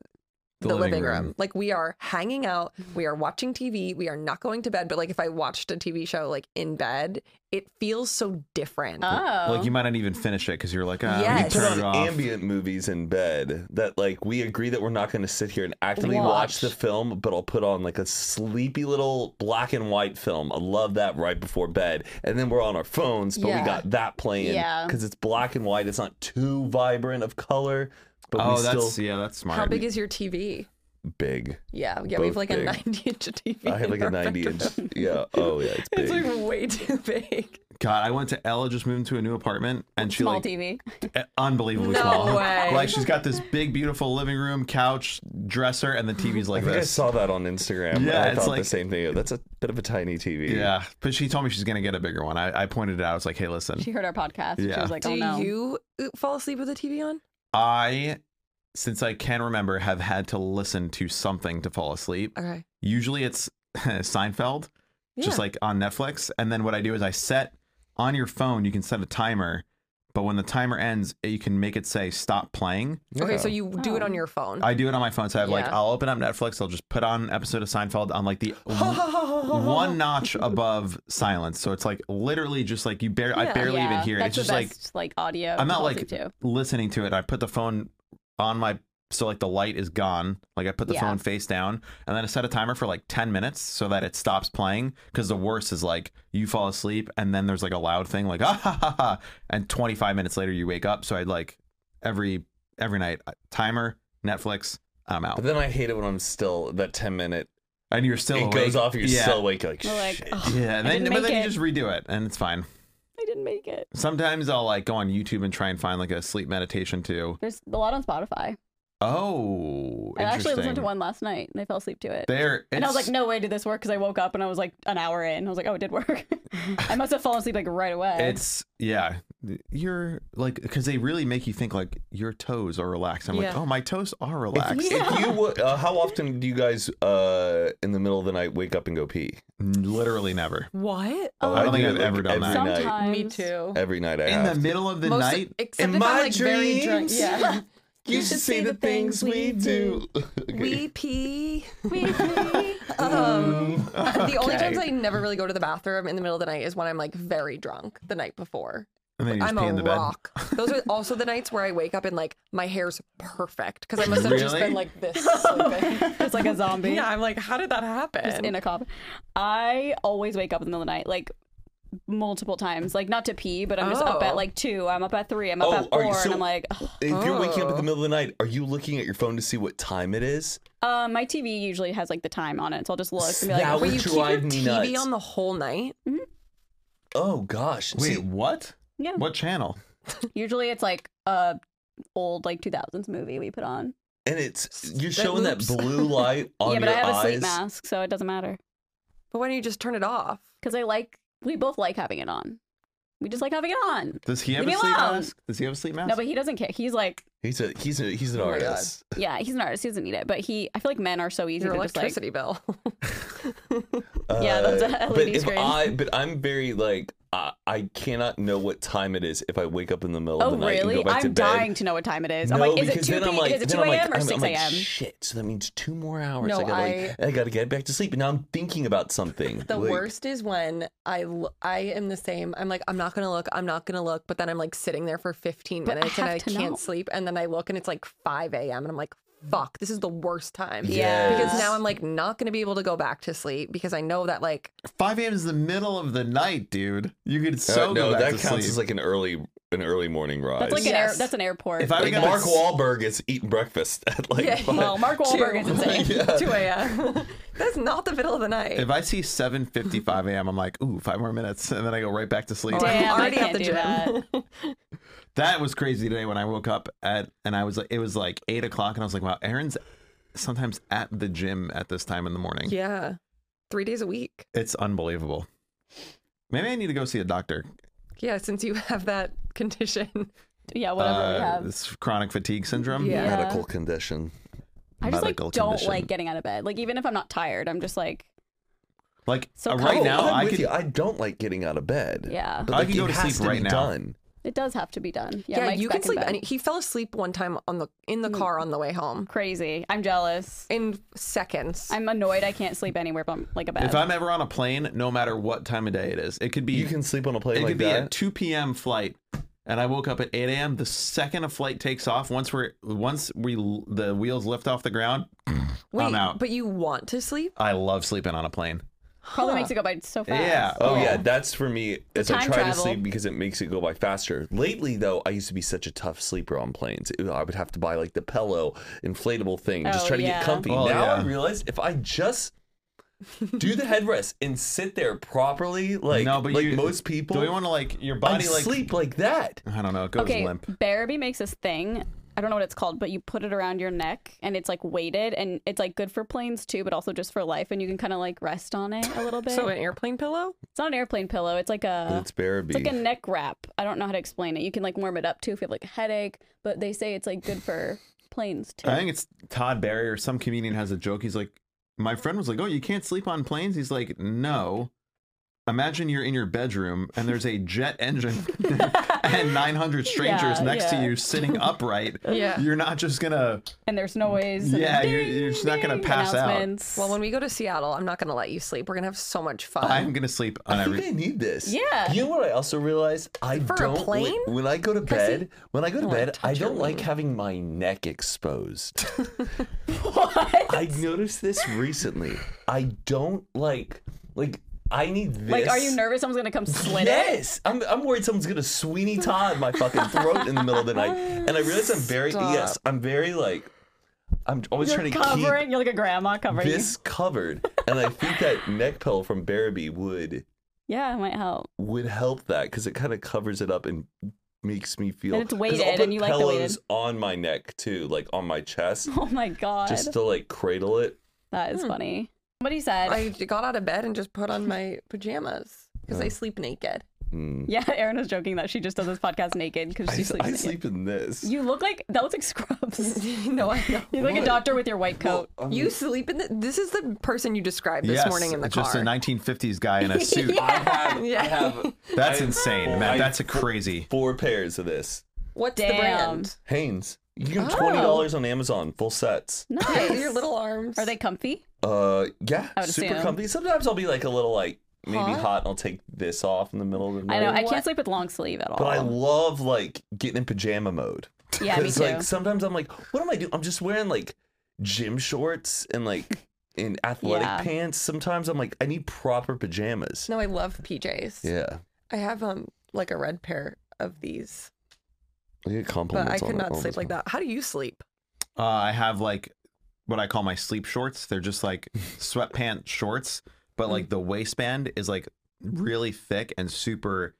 B: the the, living, room. Like we are hanging out, we are watching TV, we are not going to bed. But like if I watched a TV show like in bed, it feels so different.
D: Oh.
G: Like you might not even finish it because you're like, ah,
B: uh, Yes.
A: Put
B: Put
G: we turn
A: on
G: it off.
A: ambient movies in bed that like we agree that we're not going to sit here and actively watch.
D: Watch.
A: the film, but I'll put on like a sleepy little black and white film. I love that right before bed, and then we're on our phones, but
D: Yeah.
A: we got that playing
D: Yeah.
A: because it's black and white. It's not too vibrant of color, but
G: oh,
A: we still
G: that's yeah, that's smart.
B: How big is your TV?
A: big.
B: Yeah, yeah, we
A: Both
B: have like a
A: big.
B: 90 inch TV.
A: I have
B: in
A: like a
B: our
A: ninety
B: bedroom.
A: inch. Yeah. Oh yeah, it's big.
B: It's like <laughs> way too big.
G: God, I went to Ella just moved into a new apartment and she
D: small
G: like
D: TV.
G: eh, unbelievably
B: No
G: small.
B: way.
G: Like she's got this big, beautiful living room, couch, dresser,
B: <gasps>
G: and the TV's
A: I
G: like
A: think I
G: this.
A: saw that on Instagram.
G: Yeah,
A: Yeah, I
G: it's
A: thought
G: like-
A: the same thing. That's a bit of a tiny TV.
G: Yeah, but she told me she's gonna get a bigger one. I, I pointed it out. I was like, hey, listen,
D: <laughs> She heard our podcast. She
G: Yeah.
D: was like, oh
B: Do
D: no.
B: you uh, fall asleep with the TV on?
G: I, since I can remember, have had to listen to something to fall asleep.
B: Okay.
G: Usually it's <laughs> Seinfeld, just
B: Yeah.
G: like on Netflix. And then what I do is I set on your phone, you can set a timer, but when the timer ends, eh, you can make it say stop playing.
A: Mm-hmm.
B: Okay, so you do it
D: Oh.
B: on your phone. <laughs>
G: I do it on my phone. So I have like,
B: Yeah.
G: I'll open up Netflix, I'll just put on an episode of Seinfeld on like the w- one notch above silence. So it's like literally just like you barely, I
B: Yeah.
G: barely even
D: Yeah,
G: hear it.
D: That's
G: It's just
D: the
G: like,
D: best, like, audio. to
G: I'm not
D: fall
G: like
D: asleep to.
G: listening to it. I put the phone on my so like the light is gone. Like I put the
D: Yeah.
G: phone face down, and then I set a timer for like ten minutes so that it stops playing. Because the worst is like you fall asleep, and then there's like a loud thing like <laughs> ah ha ha ha, and twenty five minutes later you wake up. So I'd like every every night uh, timer Netflix. I'm out,
A: But then I hate it when I'm still that ten minute
G: and you're still
A: it
G: awake.
A: goes off. You're
G: yeah.
A: still awake. Like,
D: We're like, "Oh,
A: shit.
D: "Ugh,
G: Yeah, and then,
D: didn't
G: but
D: make
G: then you
D: it.
G: just redo it, and it's fine.
D: I didn't make it.
G: Sometimes I'll like go on YouTube and try and find like a sleep meditation too.
D: There's a lot on Spotify.
G: Oh,
D: I actually listened to
G: interesting.
D: one last night and I fell asleep to it.
G: There,
D: and I was
G: it's-
D: like, no way did this work because I woke up and I was like an hour in. I was like, oh, it did work. <laughs> I must have fallen asleep like right away.
G: It's yeah. You're like because they really make you think like your toes are relaxed. I'm like,
B: Yeah.
G: oh, my toes are
A: If,
G: relaxed.
A: if you would, uh, how often do you guys uh, in the middle of the night wake up and go pee?
G: Literally never.
B: what?
D: Oh,
G: I don't think
A: do it,
G: I've ever done
A: every
G: that.
A: night.
D: Sometimes.
B: Me <laughs> too.
A: Every night I
G: In
A: have
G: the
A: to.
G: middle of the
B: Most-
G: night,
B: except
A: In
B: if I'm
A: my
B: like very drunk.
A: dreams.
D: yeah.
A: <laughs> You should see the things we do.
B: We <laughs> pee. We pee. <laughs> um, The only times I never really go to the bathroom in the middle of the night is when I'm like very drunk the night before.
G: and then you just
B: I'm
G: pee
B: a
G: in the
B: rock. Those
G: <laughs>
B: are also the nights where I wake up and like my hair's perfect because I must have just
G: Really?
B: been like <laughs> this sleeping.
D: It's like a zombie. <laughs>
B: yeah, I'm like, how did that happen?
D: Just in a cup. I always wake up in the middle of the night, like multiple times. Like not to pee, but I'm just up
B: Oh.
D: at like two. I'm up at three. I'm up
A: Oh,
D: at
A: are you-
D: four, and
A: so-
D: I'm like, ugh.
A: If you're waking up in the middle of the night, are you looking at your phone to see what time it is?
D: Uh, my TV usually has like the time on it, so I'll just look and be like,
A: That
B: Wait,
A: would
B: you keep your
A: drive me
B: TV
A: nuts.
B: on the whole night?
A: Oh gosh!
G: bed. Wait,
A: See,
G: what?
D: yeah.
G: What channel?
D: Usually it's like a old like 2000s movie we put on.
A: and it's you're
B: That
A: showing
B: loops.
A: that blue light on
D: yeah, but
A: your
D: I have a
A: eyes.
D: sleep mask, so it doesn't matter.
B: But why don't you just turn it off?
D: Because I like, we both like having it on. We just like having it on.
G: Does he have
D: Leave
G: a
D: me
G: sleep
D: alone.
G: mask? Does he have a sleep mask?
D: No, but he doesn't care. He's like,
A: He's a he's a he's an
B: my God.
A: artist.
D: yeah, he's an artist. He doesn't need it. But he, I feel like men are so easy
B: Your
D: to just like,
B: electricity bill. <laughs>
D: Yeah, that's <laughs> a
A: Uh, but
D: LED
A: if
D: screen.
A: I, but I'm very like I, I cannot know what time it is if I wake up in the middle of
D: oh,
A: the night
D: really?
A: and go back to
D: I'm
A: bed.
D: dying to know what time it is.
A: No,
D: I'm like, is it
A: because
D: 2
A: then I'm
D: p.m.
A: like,
D: is it
A: then
D: 2
A: I'm like,
D: a.m. or
A: I'm- I'm
D: 6
A: like,
D: a.m.?
A: Shit, so that means two more hours.
B: No,
A: I gotta, like, I gotta get back to sleep, and now I'm thinking about something.
B: The
A: Like,
B: worst is when I l- I am the same. I'm like I'm not gonna look. I'm not gonna look. But then I'm like sitting there for 15
D: But I
B: minutes and
D: have
B: I
D: to
B: can't
D: know.
B: sleep. And then I look and it's like 5 a.m. and I'm like, fuck, this is the worst time.
D: Yeah.
B: Because now I'm like not gonna be able to go back to sleep because I know that like
G: 5 a.m. is the middle of the night, dude. You could
A: Uh,
G: so
A: no,
G: go back
A: that
G: to
A: counts
G: sleep.
A: as like an early an early morning rise.
D: That's like an, air,
B: Yes.
D: that's an airport.
G: If I
A: Like,
G: wake up at
A: Mark
G: s-
A: Wahlberg is eating breakfast <laughs> at like
D: <laughs>
B: Yeah,
A: five-
D: well, Mark Wahlberg is insane.
B: 2 a.m. <laughs> That's not the middle of the night.
G: If I see 7:55 a.m., I'm like, ooh, five more minutes, and then I go right back to sleep.
B: Oh,
D: Damn, I
B: I'm already
D: can't
B: at the
D: do
B: gym. <laughs>
D: that.
G: That was crazy today when I woke up at and I was like it was like eight o'clock and I was like, wow, Aaron's sometimes at the gym at this time in the morning.
B: Yeah. Three days a week.
G: It's unbelievable. Maybe I need to go see a doctor.
B: Yeah, since you have that condition.
D: Oh, yeah, whatever we
G: Uh,
D: have.
G: This chronic fatigue syndrome.
B: Yeah.
A: medical condition.
D: I just like
G: medical
D: don't
G: condition.
D: like getting out of bed. Like even if I'm not tired, I'm just like
G: Like
D: So
G: uh, right
A: Oh,
G: now,
A: I'm
G: I
A: with
G: could
A: you. I don't like getting out of bed.
D: Yeah.
A: but
G: I
A: like,
G: could go
A: it
G: to
A: has
G: sleep
A: be
G: right now.
A: Done.
D: It does have to be done. Yeah,
B: Yeah,
D: Mike's
B: you
D: back
B: can
D: in
B: sleep.
D: bed. Hmm.
B: Any, he fell asleep one time on the in the car on the way home
D: Crazy. I'm jealous.
B: in seconds.
D: I'm annoyed. I can't sleep anywhere but like a bed.
G: If I'm ever on a plane, no matter what time of day it is, it could be
A: You can sleep on a plane
G: it
A: like
G: could be
A: that.
G: a 2 p.m. flight, and I woke up at 8 a.m. The second a flight takes off, once we're once we the wheels lift off the ground,
B: Wait,
G: I'm out.
B: but you want to sleep?
G: I love sleeping on a plane.
D: Probably makes it go by so fast.
G: Yeah.
A: Oh, yeah, that's for me as I
D: time
A: try to
D: travel.
A: sleep because it makes it go by faster. Lately though, I used to be such a tough sleeper on planes. Ew, I would have to buy like the pillow inflatable thing and just
D: Oh,
A: try to
D: yeah.
A: get comfy.
G: Oh,
A: now I
G: yeah.
A: realize if I just do
D: <laughs>
A: the headrest and sit there properly, like
G: no, but
A: like
G: you,
A: most people,
G: do you want to like your
A: I
G: body like
A: sleep like that.
G: I don't know, it goes
D: Okay.
G: limp.
D: Barabee makes this thing. I don't know what it's called, but you put it around your neck and it's like weighted and it's like good for planes too, but also just for life. And you can kind of like rest on it a little bit.
B: <laughs> So an airplane pillow?
D: it's not an airplane pillow. It's like a.
A: it's Barabee.
D: It's like a neck wrap. I don't know how to explain it. You can like warm it up too if you have like a headache, but they say it's like good for planes too.
G: I think it's Todd Barry or some comedian has a joke. He's like, my friend was like, oh, you can't sleep on planes. He's like, no. Imagine you're in your bedroom and there's a jet engine <laughs> and 900 strangers
D: Yeah,
G: next
D: yeah.
G: to
D: <laughs>
G: you sitting upright.
B: Yeah.
G: You're not just gonna,
D: and there's noise. and
G: yeah, you're, you're just not gonna pass out.
D: announcements.
B: Well, when we go to Seattle, I'm not going to let you sleep. We're going to have so much fun.
G: I'm gonna sleep on
A: I think
G: every.
A: I need this.
D: Yeah.
A: You know what I also realized? I
B: For a
A: don't
B: plane?
A: When, when I go to bed, when I
D: Oh,
A: go to
B: wanna
A: bed, I
B: touch your
A: don't like
B: wing.
A: having my neck
D: <laughs>
A: exposed. I noticed this recently. I don't like like I need this.
D: like, are you nervous someone's gonna come slit it?
A: Yes, I'm. I'm worried someone's gonna Sweeney Todd my fucking throat in the middle of the night, and I realize I'm very yes, I'm very like, I'm always
D: You're
A: trying to keep
D: covering. You're like a grandma covering. you.
A: this covered, and I think that neck pillow from Barabee would
D: Yeah, it might help. <laughs>
A: would help that because it kind of covers it up and makes me feel.
D: And it's
A: 'cause I'll
D: weighted,
A: put
D: and you like the
A: pillows
D: weighted.
A: on my neck too, like on my chest,
D: Oh my god,
A: just to like cradle it.
D: that is funny. Somebody said,
B: Hmm. I got out of bed and just put on
G: <laughs>
B: my pajamas because I sleep naked.
D: yeah, <laughs> Erin was joking that she just does this podcast naked because
A: I,
D: she
A: s-
D: sleeps.
A: I
D: naked.
A: sleep in this.
D: You look like that looks like scrubs.
B: <laughs> no, I know.
D: You're like a doctor with your white coat.
B: You sleep in the. This is the person you described this
G: Um, Yes,
B: morning in the
G: just
B: car.
G: a 1950s guy
A: <laughs>
G: in a suit.
A: I
D: <laughs>
A: have,
B: Yeah.
A: I have
G: That's
A: I-
G: insane,
A: I-
G: Matt. That's a crazy.
A: four pairs of this.
B: What's the
D: Damn.
B: brand?
A: Hanes. You can
D: Oh.
A: get twenty dollars on Amazon, full sets.
D: nice.
B: Your little arms.
D: Are they comfy?
A: Uh, yeah,
D: I would
A: super
D: assume.
A: comfy. Sometimes I'll be like a little like maybe
B: Hot?
A: hot. and I'll take this off in the middle of the
D: I
A: night.
D: know. I
B: What?
D: can't sleep with long sleeve at all.
A: but I love like getting in pajama mode.
D: yeah, me
A: Because
D: too.
A: like sometimes I'm like, what am I doing? I'm just wearing like gym shorts and like in athletic
D: Yeah.
A: pants. Sometimes I'm like, I need proper pajamas.
B: No, I love PJs.
A: Yeah.
B: I have um like a red pair of these,
A: I get
B: but I
A: compliments.
B: could
A: on it
B: not
A: all
B: sleep
A: the
B: like
A: time.
B: that. How do you sleep?
G: Uh, I have like what I call my sleep shorts. They're
A: <laughs>
G: just like sweatpant shorts, but like the waistband is like really thick and super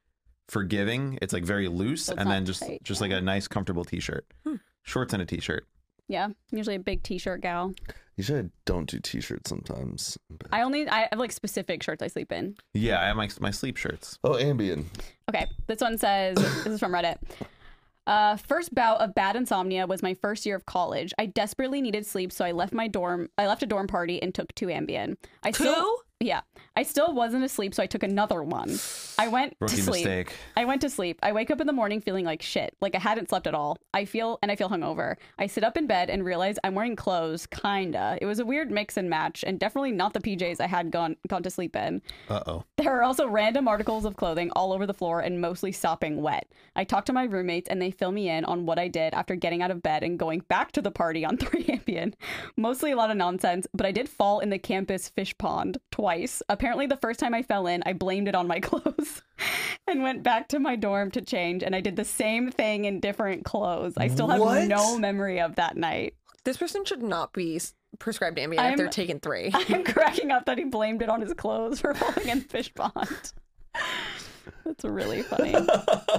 G: forgiving. It's like very loose,
D: So it's
G: and
D: not
G: then just
D: tight, Hmm.
G: just like a nice comfortable t-shirt, shorts and a t-shirt.
D: yeah, I'm usually a big t-shirt gal.
A: Usually I don't do t-shirts sometimes.
D: I only I have like specific shirts I sleep in.
G: Yeah, I have my my sleep shirts.
A: Oh, Ambien.
D: Okay, this one says this is from Reddit. Uh, first bout of bad insomnia was my first year of college. I desperately needed sleep, so I left my dorm. I left a dorm party and took two Ambien. I
B: Two?
D: Still, yeah, I still wasn't asleep, so I took another one. I went
G: Rookie
D: to sleep.
G: mistake.
D: I went to sleep. I wake up in the morning feeling like shit, like I hadn't slept at all. I feel and I feel hungover. I sit up in bed and realize I'm wearing clothes, kinda. It was a weird mix and match, and definitely not the PJs I had gone gone to sleep in.
G: Uh oh.
D: There are also random articles of clothing all over the floor and mostly sopping wet. I talk to my roommates and they fill me in on what I did after getting out of bed and going back to the party on <laughs> 3 Ambien. Mostly a lot of nonsense, but I did fall in the campus fish pond twice. Apparently, the first time I fell in, I blamed it on my <laughs> clothes and went back to my dorm to change, and I did the same thing in different clothes. I still have
A: What?
D: no memory of that night. <laughs>
B: This person should not be s- prescribed Ambien if
D: I'm-
B: they're taking three.
D: <laughs> I'm cracking up that he blamed it on his clothes for <laughs> falling in fish pond. <laughs> That's really funny.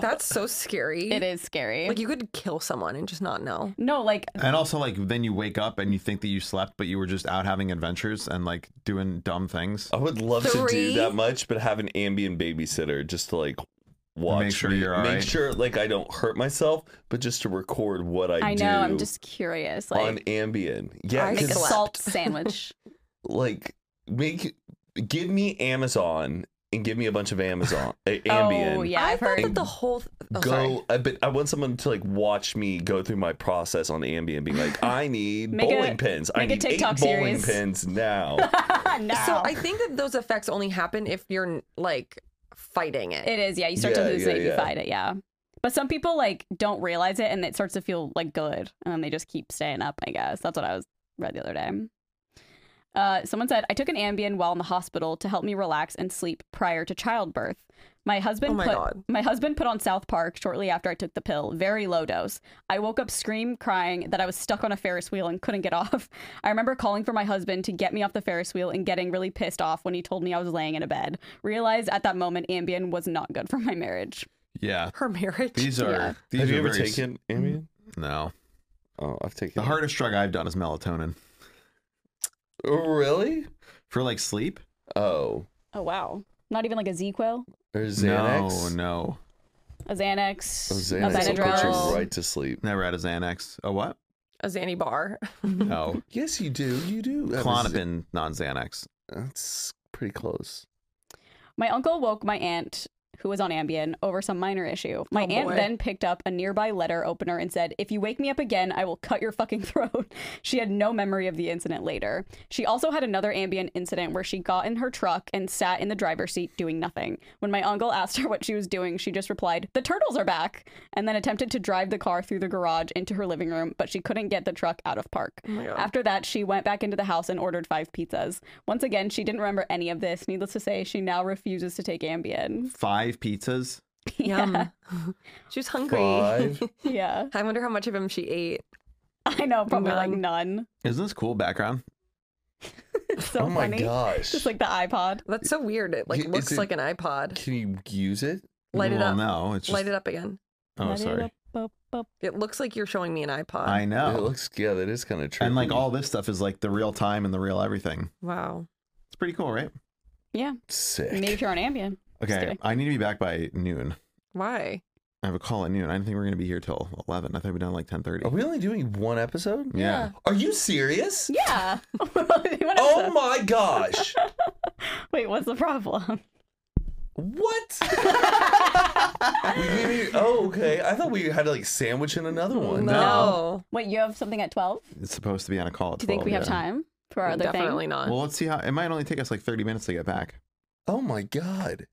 B: That's so scary.
D: It is scary.
B: Like you could kill someone and just not know.
D: no, like
G: And also like then you wake up and you think that you slept, but you were just out having adventures and like doing dumb things.
A: I would love to
B: Three?
A: do that much, but have an ambient babysitter just to like watch
G: sure
A: me-
G: you're all
A: make
G: right.
A: sure like I don't hurt myself, but just to record what I,
D: I,
A: do
D: know. I'm just curious.
A: on
D: Like
A: Ambien. Yeah,
B: I
D: make
A: <laughs>
B: slept.
D: a
A: because
D: salt sandwich.
A: like make give me Amazon and give me a bunch of
D: <laughs>
A: Amazon, a- Ambien.
D: Oh, yeah,
B: I
D: I've
B: thought
D: heard.
B: that the whole th- oh, sorry.
A: Go, I, but I want someone to like watch me go through my process on Ambien, being like,
D: <laughs>
A: I need
D: Make a-
A: bowling pins. I
D: make a
A: need eight
D: TikTok
A: bowling
D: series."
A: pins
D: <laughs>
A: now.
D: no.
B: So I think that those effects only happen if you're like fighting it.
D: It is, yeah. You start to
A: Yeah,
D: lose
A: yeah,
D: it if you
A: yeah.
D: fight it, yeah. But some people like don't realize it, and it starts to feel like good, and then they just keep staying up. I guess that's what I was read the other day. Uh, someone said I took an Ambien while in the hospital to help me relax and sleep prior to childbirth. My husband
B: Oh my
D: put
B: God.
D: my husband put on South Park shortly after I took the pill, very low dose. I woke up scream crying that I was stuck on a Ferris wheel and couldn't get <laughs> off. I remember calling for my husband to get me off the Ferris wheel and getting really pissed off when he told me I was laying in a bed. Realized at that moment Ambien was not good for my marriage.
G: Yeah.
B: Her marriage.
G: These are.
D: Yeah.
G: These
A: Have
G: are
A: you ever
G: very s-
A: taken Ambien?
G: No.
A: Oh, I've taken it.
G: The hardest drug I've done is melatonin
A: Oh, Really?
G: for like sleep.
A: Oh,
D: Oh wow. Not even like a Z-Quil,
A: or Xanax.
G: No, no,
D: a Xanax,
A: Oh, Xanax
D: a
A: will put
D: Benadryl.
A: you right to sleep.
G: never had a Xanax.
D: <laughs>
G: A what?
B: a Zanny bar. <laughs>
G: No,
A: Yes, you do. You do. have a Z-
G: Clonopin, non Xanax.
A: That's pretty close.
D: My uncle woke my aunt, who was on Ambien, over some minor issue. My
B: Oh,
D: aunt
B: boy.
D: then picked up a nearby letter opener and said, If you wake me up again, I will cut your fucking <laughs> throat. she had no memory of the incident later. She also had another Ambien incident where she got in her truck and sat in the driver's seat doing nothing. When my uncle asked her <laughs> what she was doing, she just replied, The turtles are back, and then attempted to drive the car through the garage into her living room, but she couldn't get the truck out of park. After that, she went back into the house and ordered five pizzas. Once again, she didn't remember any of this. Needless to say, she now refuses to take Ambien. <laughs>
G: Five pizzas.
B: Yum. she was hungry.
D: <laughs>
A: Five.
D: Yeah.
B: <laughs> I wonder how much of him she ate.
D: I know, probably like
B: None.
D: none.
G: Isn't this cool background?
D: It's so
A: oh my
D: funny.
A: gosh.
D: Just like the iPod.
B: That's so weird. It like
A: Y- is
B: looks
A: it-
B: like an iPod.
A: Can you use it?
B: Light it
G: well,
B: up.
G: No, it's just.
B: Light it up again.
G: Oh,
D: Light it
G: sorry.
D: up, up, up.
B: It looks like you're showing me an iPod.
G: I
A: It
G: know.
A: looks yeah, that is kind of true.
G: And like all this stuff is like the real time and the real everything.
B: Wow.
G: It's pretty cool, right?
D: Yeah.
A: <laughs> sick.
D: Maybe if you're on Ambien.
G: Okay,
D: kidding.
G: I need to be back by noon.
B: Why?
G: I have a call at noon. I didn't think we are gonna be here till eleven. I thought we'd be done at, like ten thirty.
A: Are we only doing one episode?
G: yeah.
A: Are you serious?
D: Yeah. <laughs> What
A: Oh
D: is that?
A: my gosh.
D: Wait, what's the problem? <laughs>
A: what? we didn't even- oh, okay. I thought we had to like sandwich in another one.
B: No.
D: Wait, you have something at 12? Do
G: It's supposed to be on a call at
D: you think
G: 12,
D: we have
G: yeah.
D: time for our other
B: Definitely
D: <laughs> thing?
B: not.
G: Well, let's see how it might only take us like thirty minutes to get back.
A: Oh my god.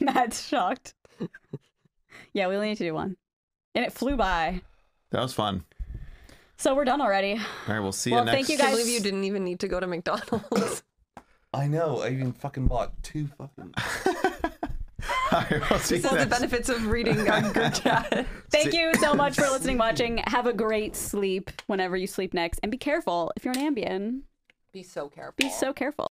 D: Matt's
G: <laughs>
D: shocked. yeah, we only need to do one. And it flew by.
G: That was fun.
D: So we're done already.
G: All right, we'll see
D: Well,
G: you next.
D: thank you
B: I can't
D: guys-
B: believe you didn't even need to go to McDonald's.
A: I know. I even fucking bought two fucking.
G: <laughs> All right, we'll see
B: this
G: you
B: is the
G: next.
B: benefits of reading on group chat.
D: Thank you so much for listening, watching. Have a great sleep whenever you sleep next. And be careful if you're an Ambien.
B: Be so careful.
D: Be so careful.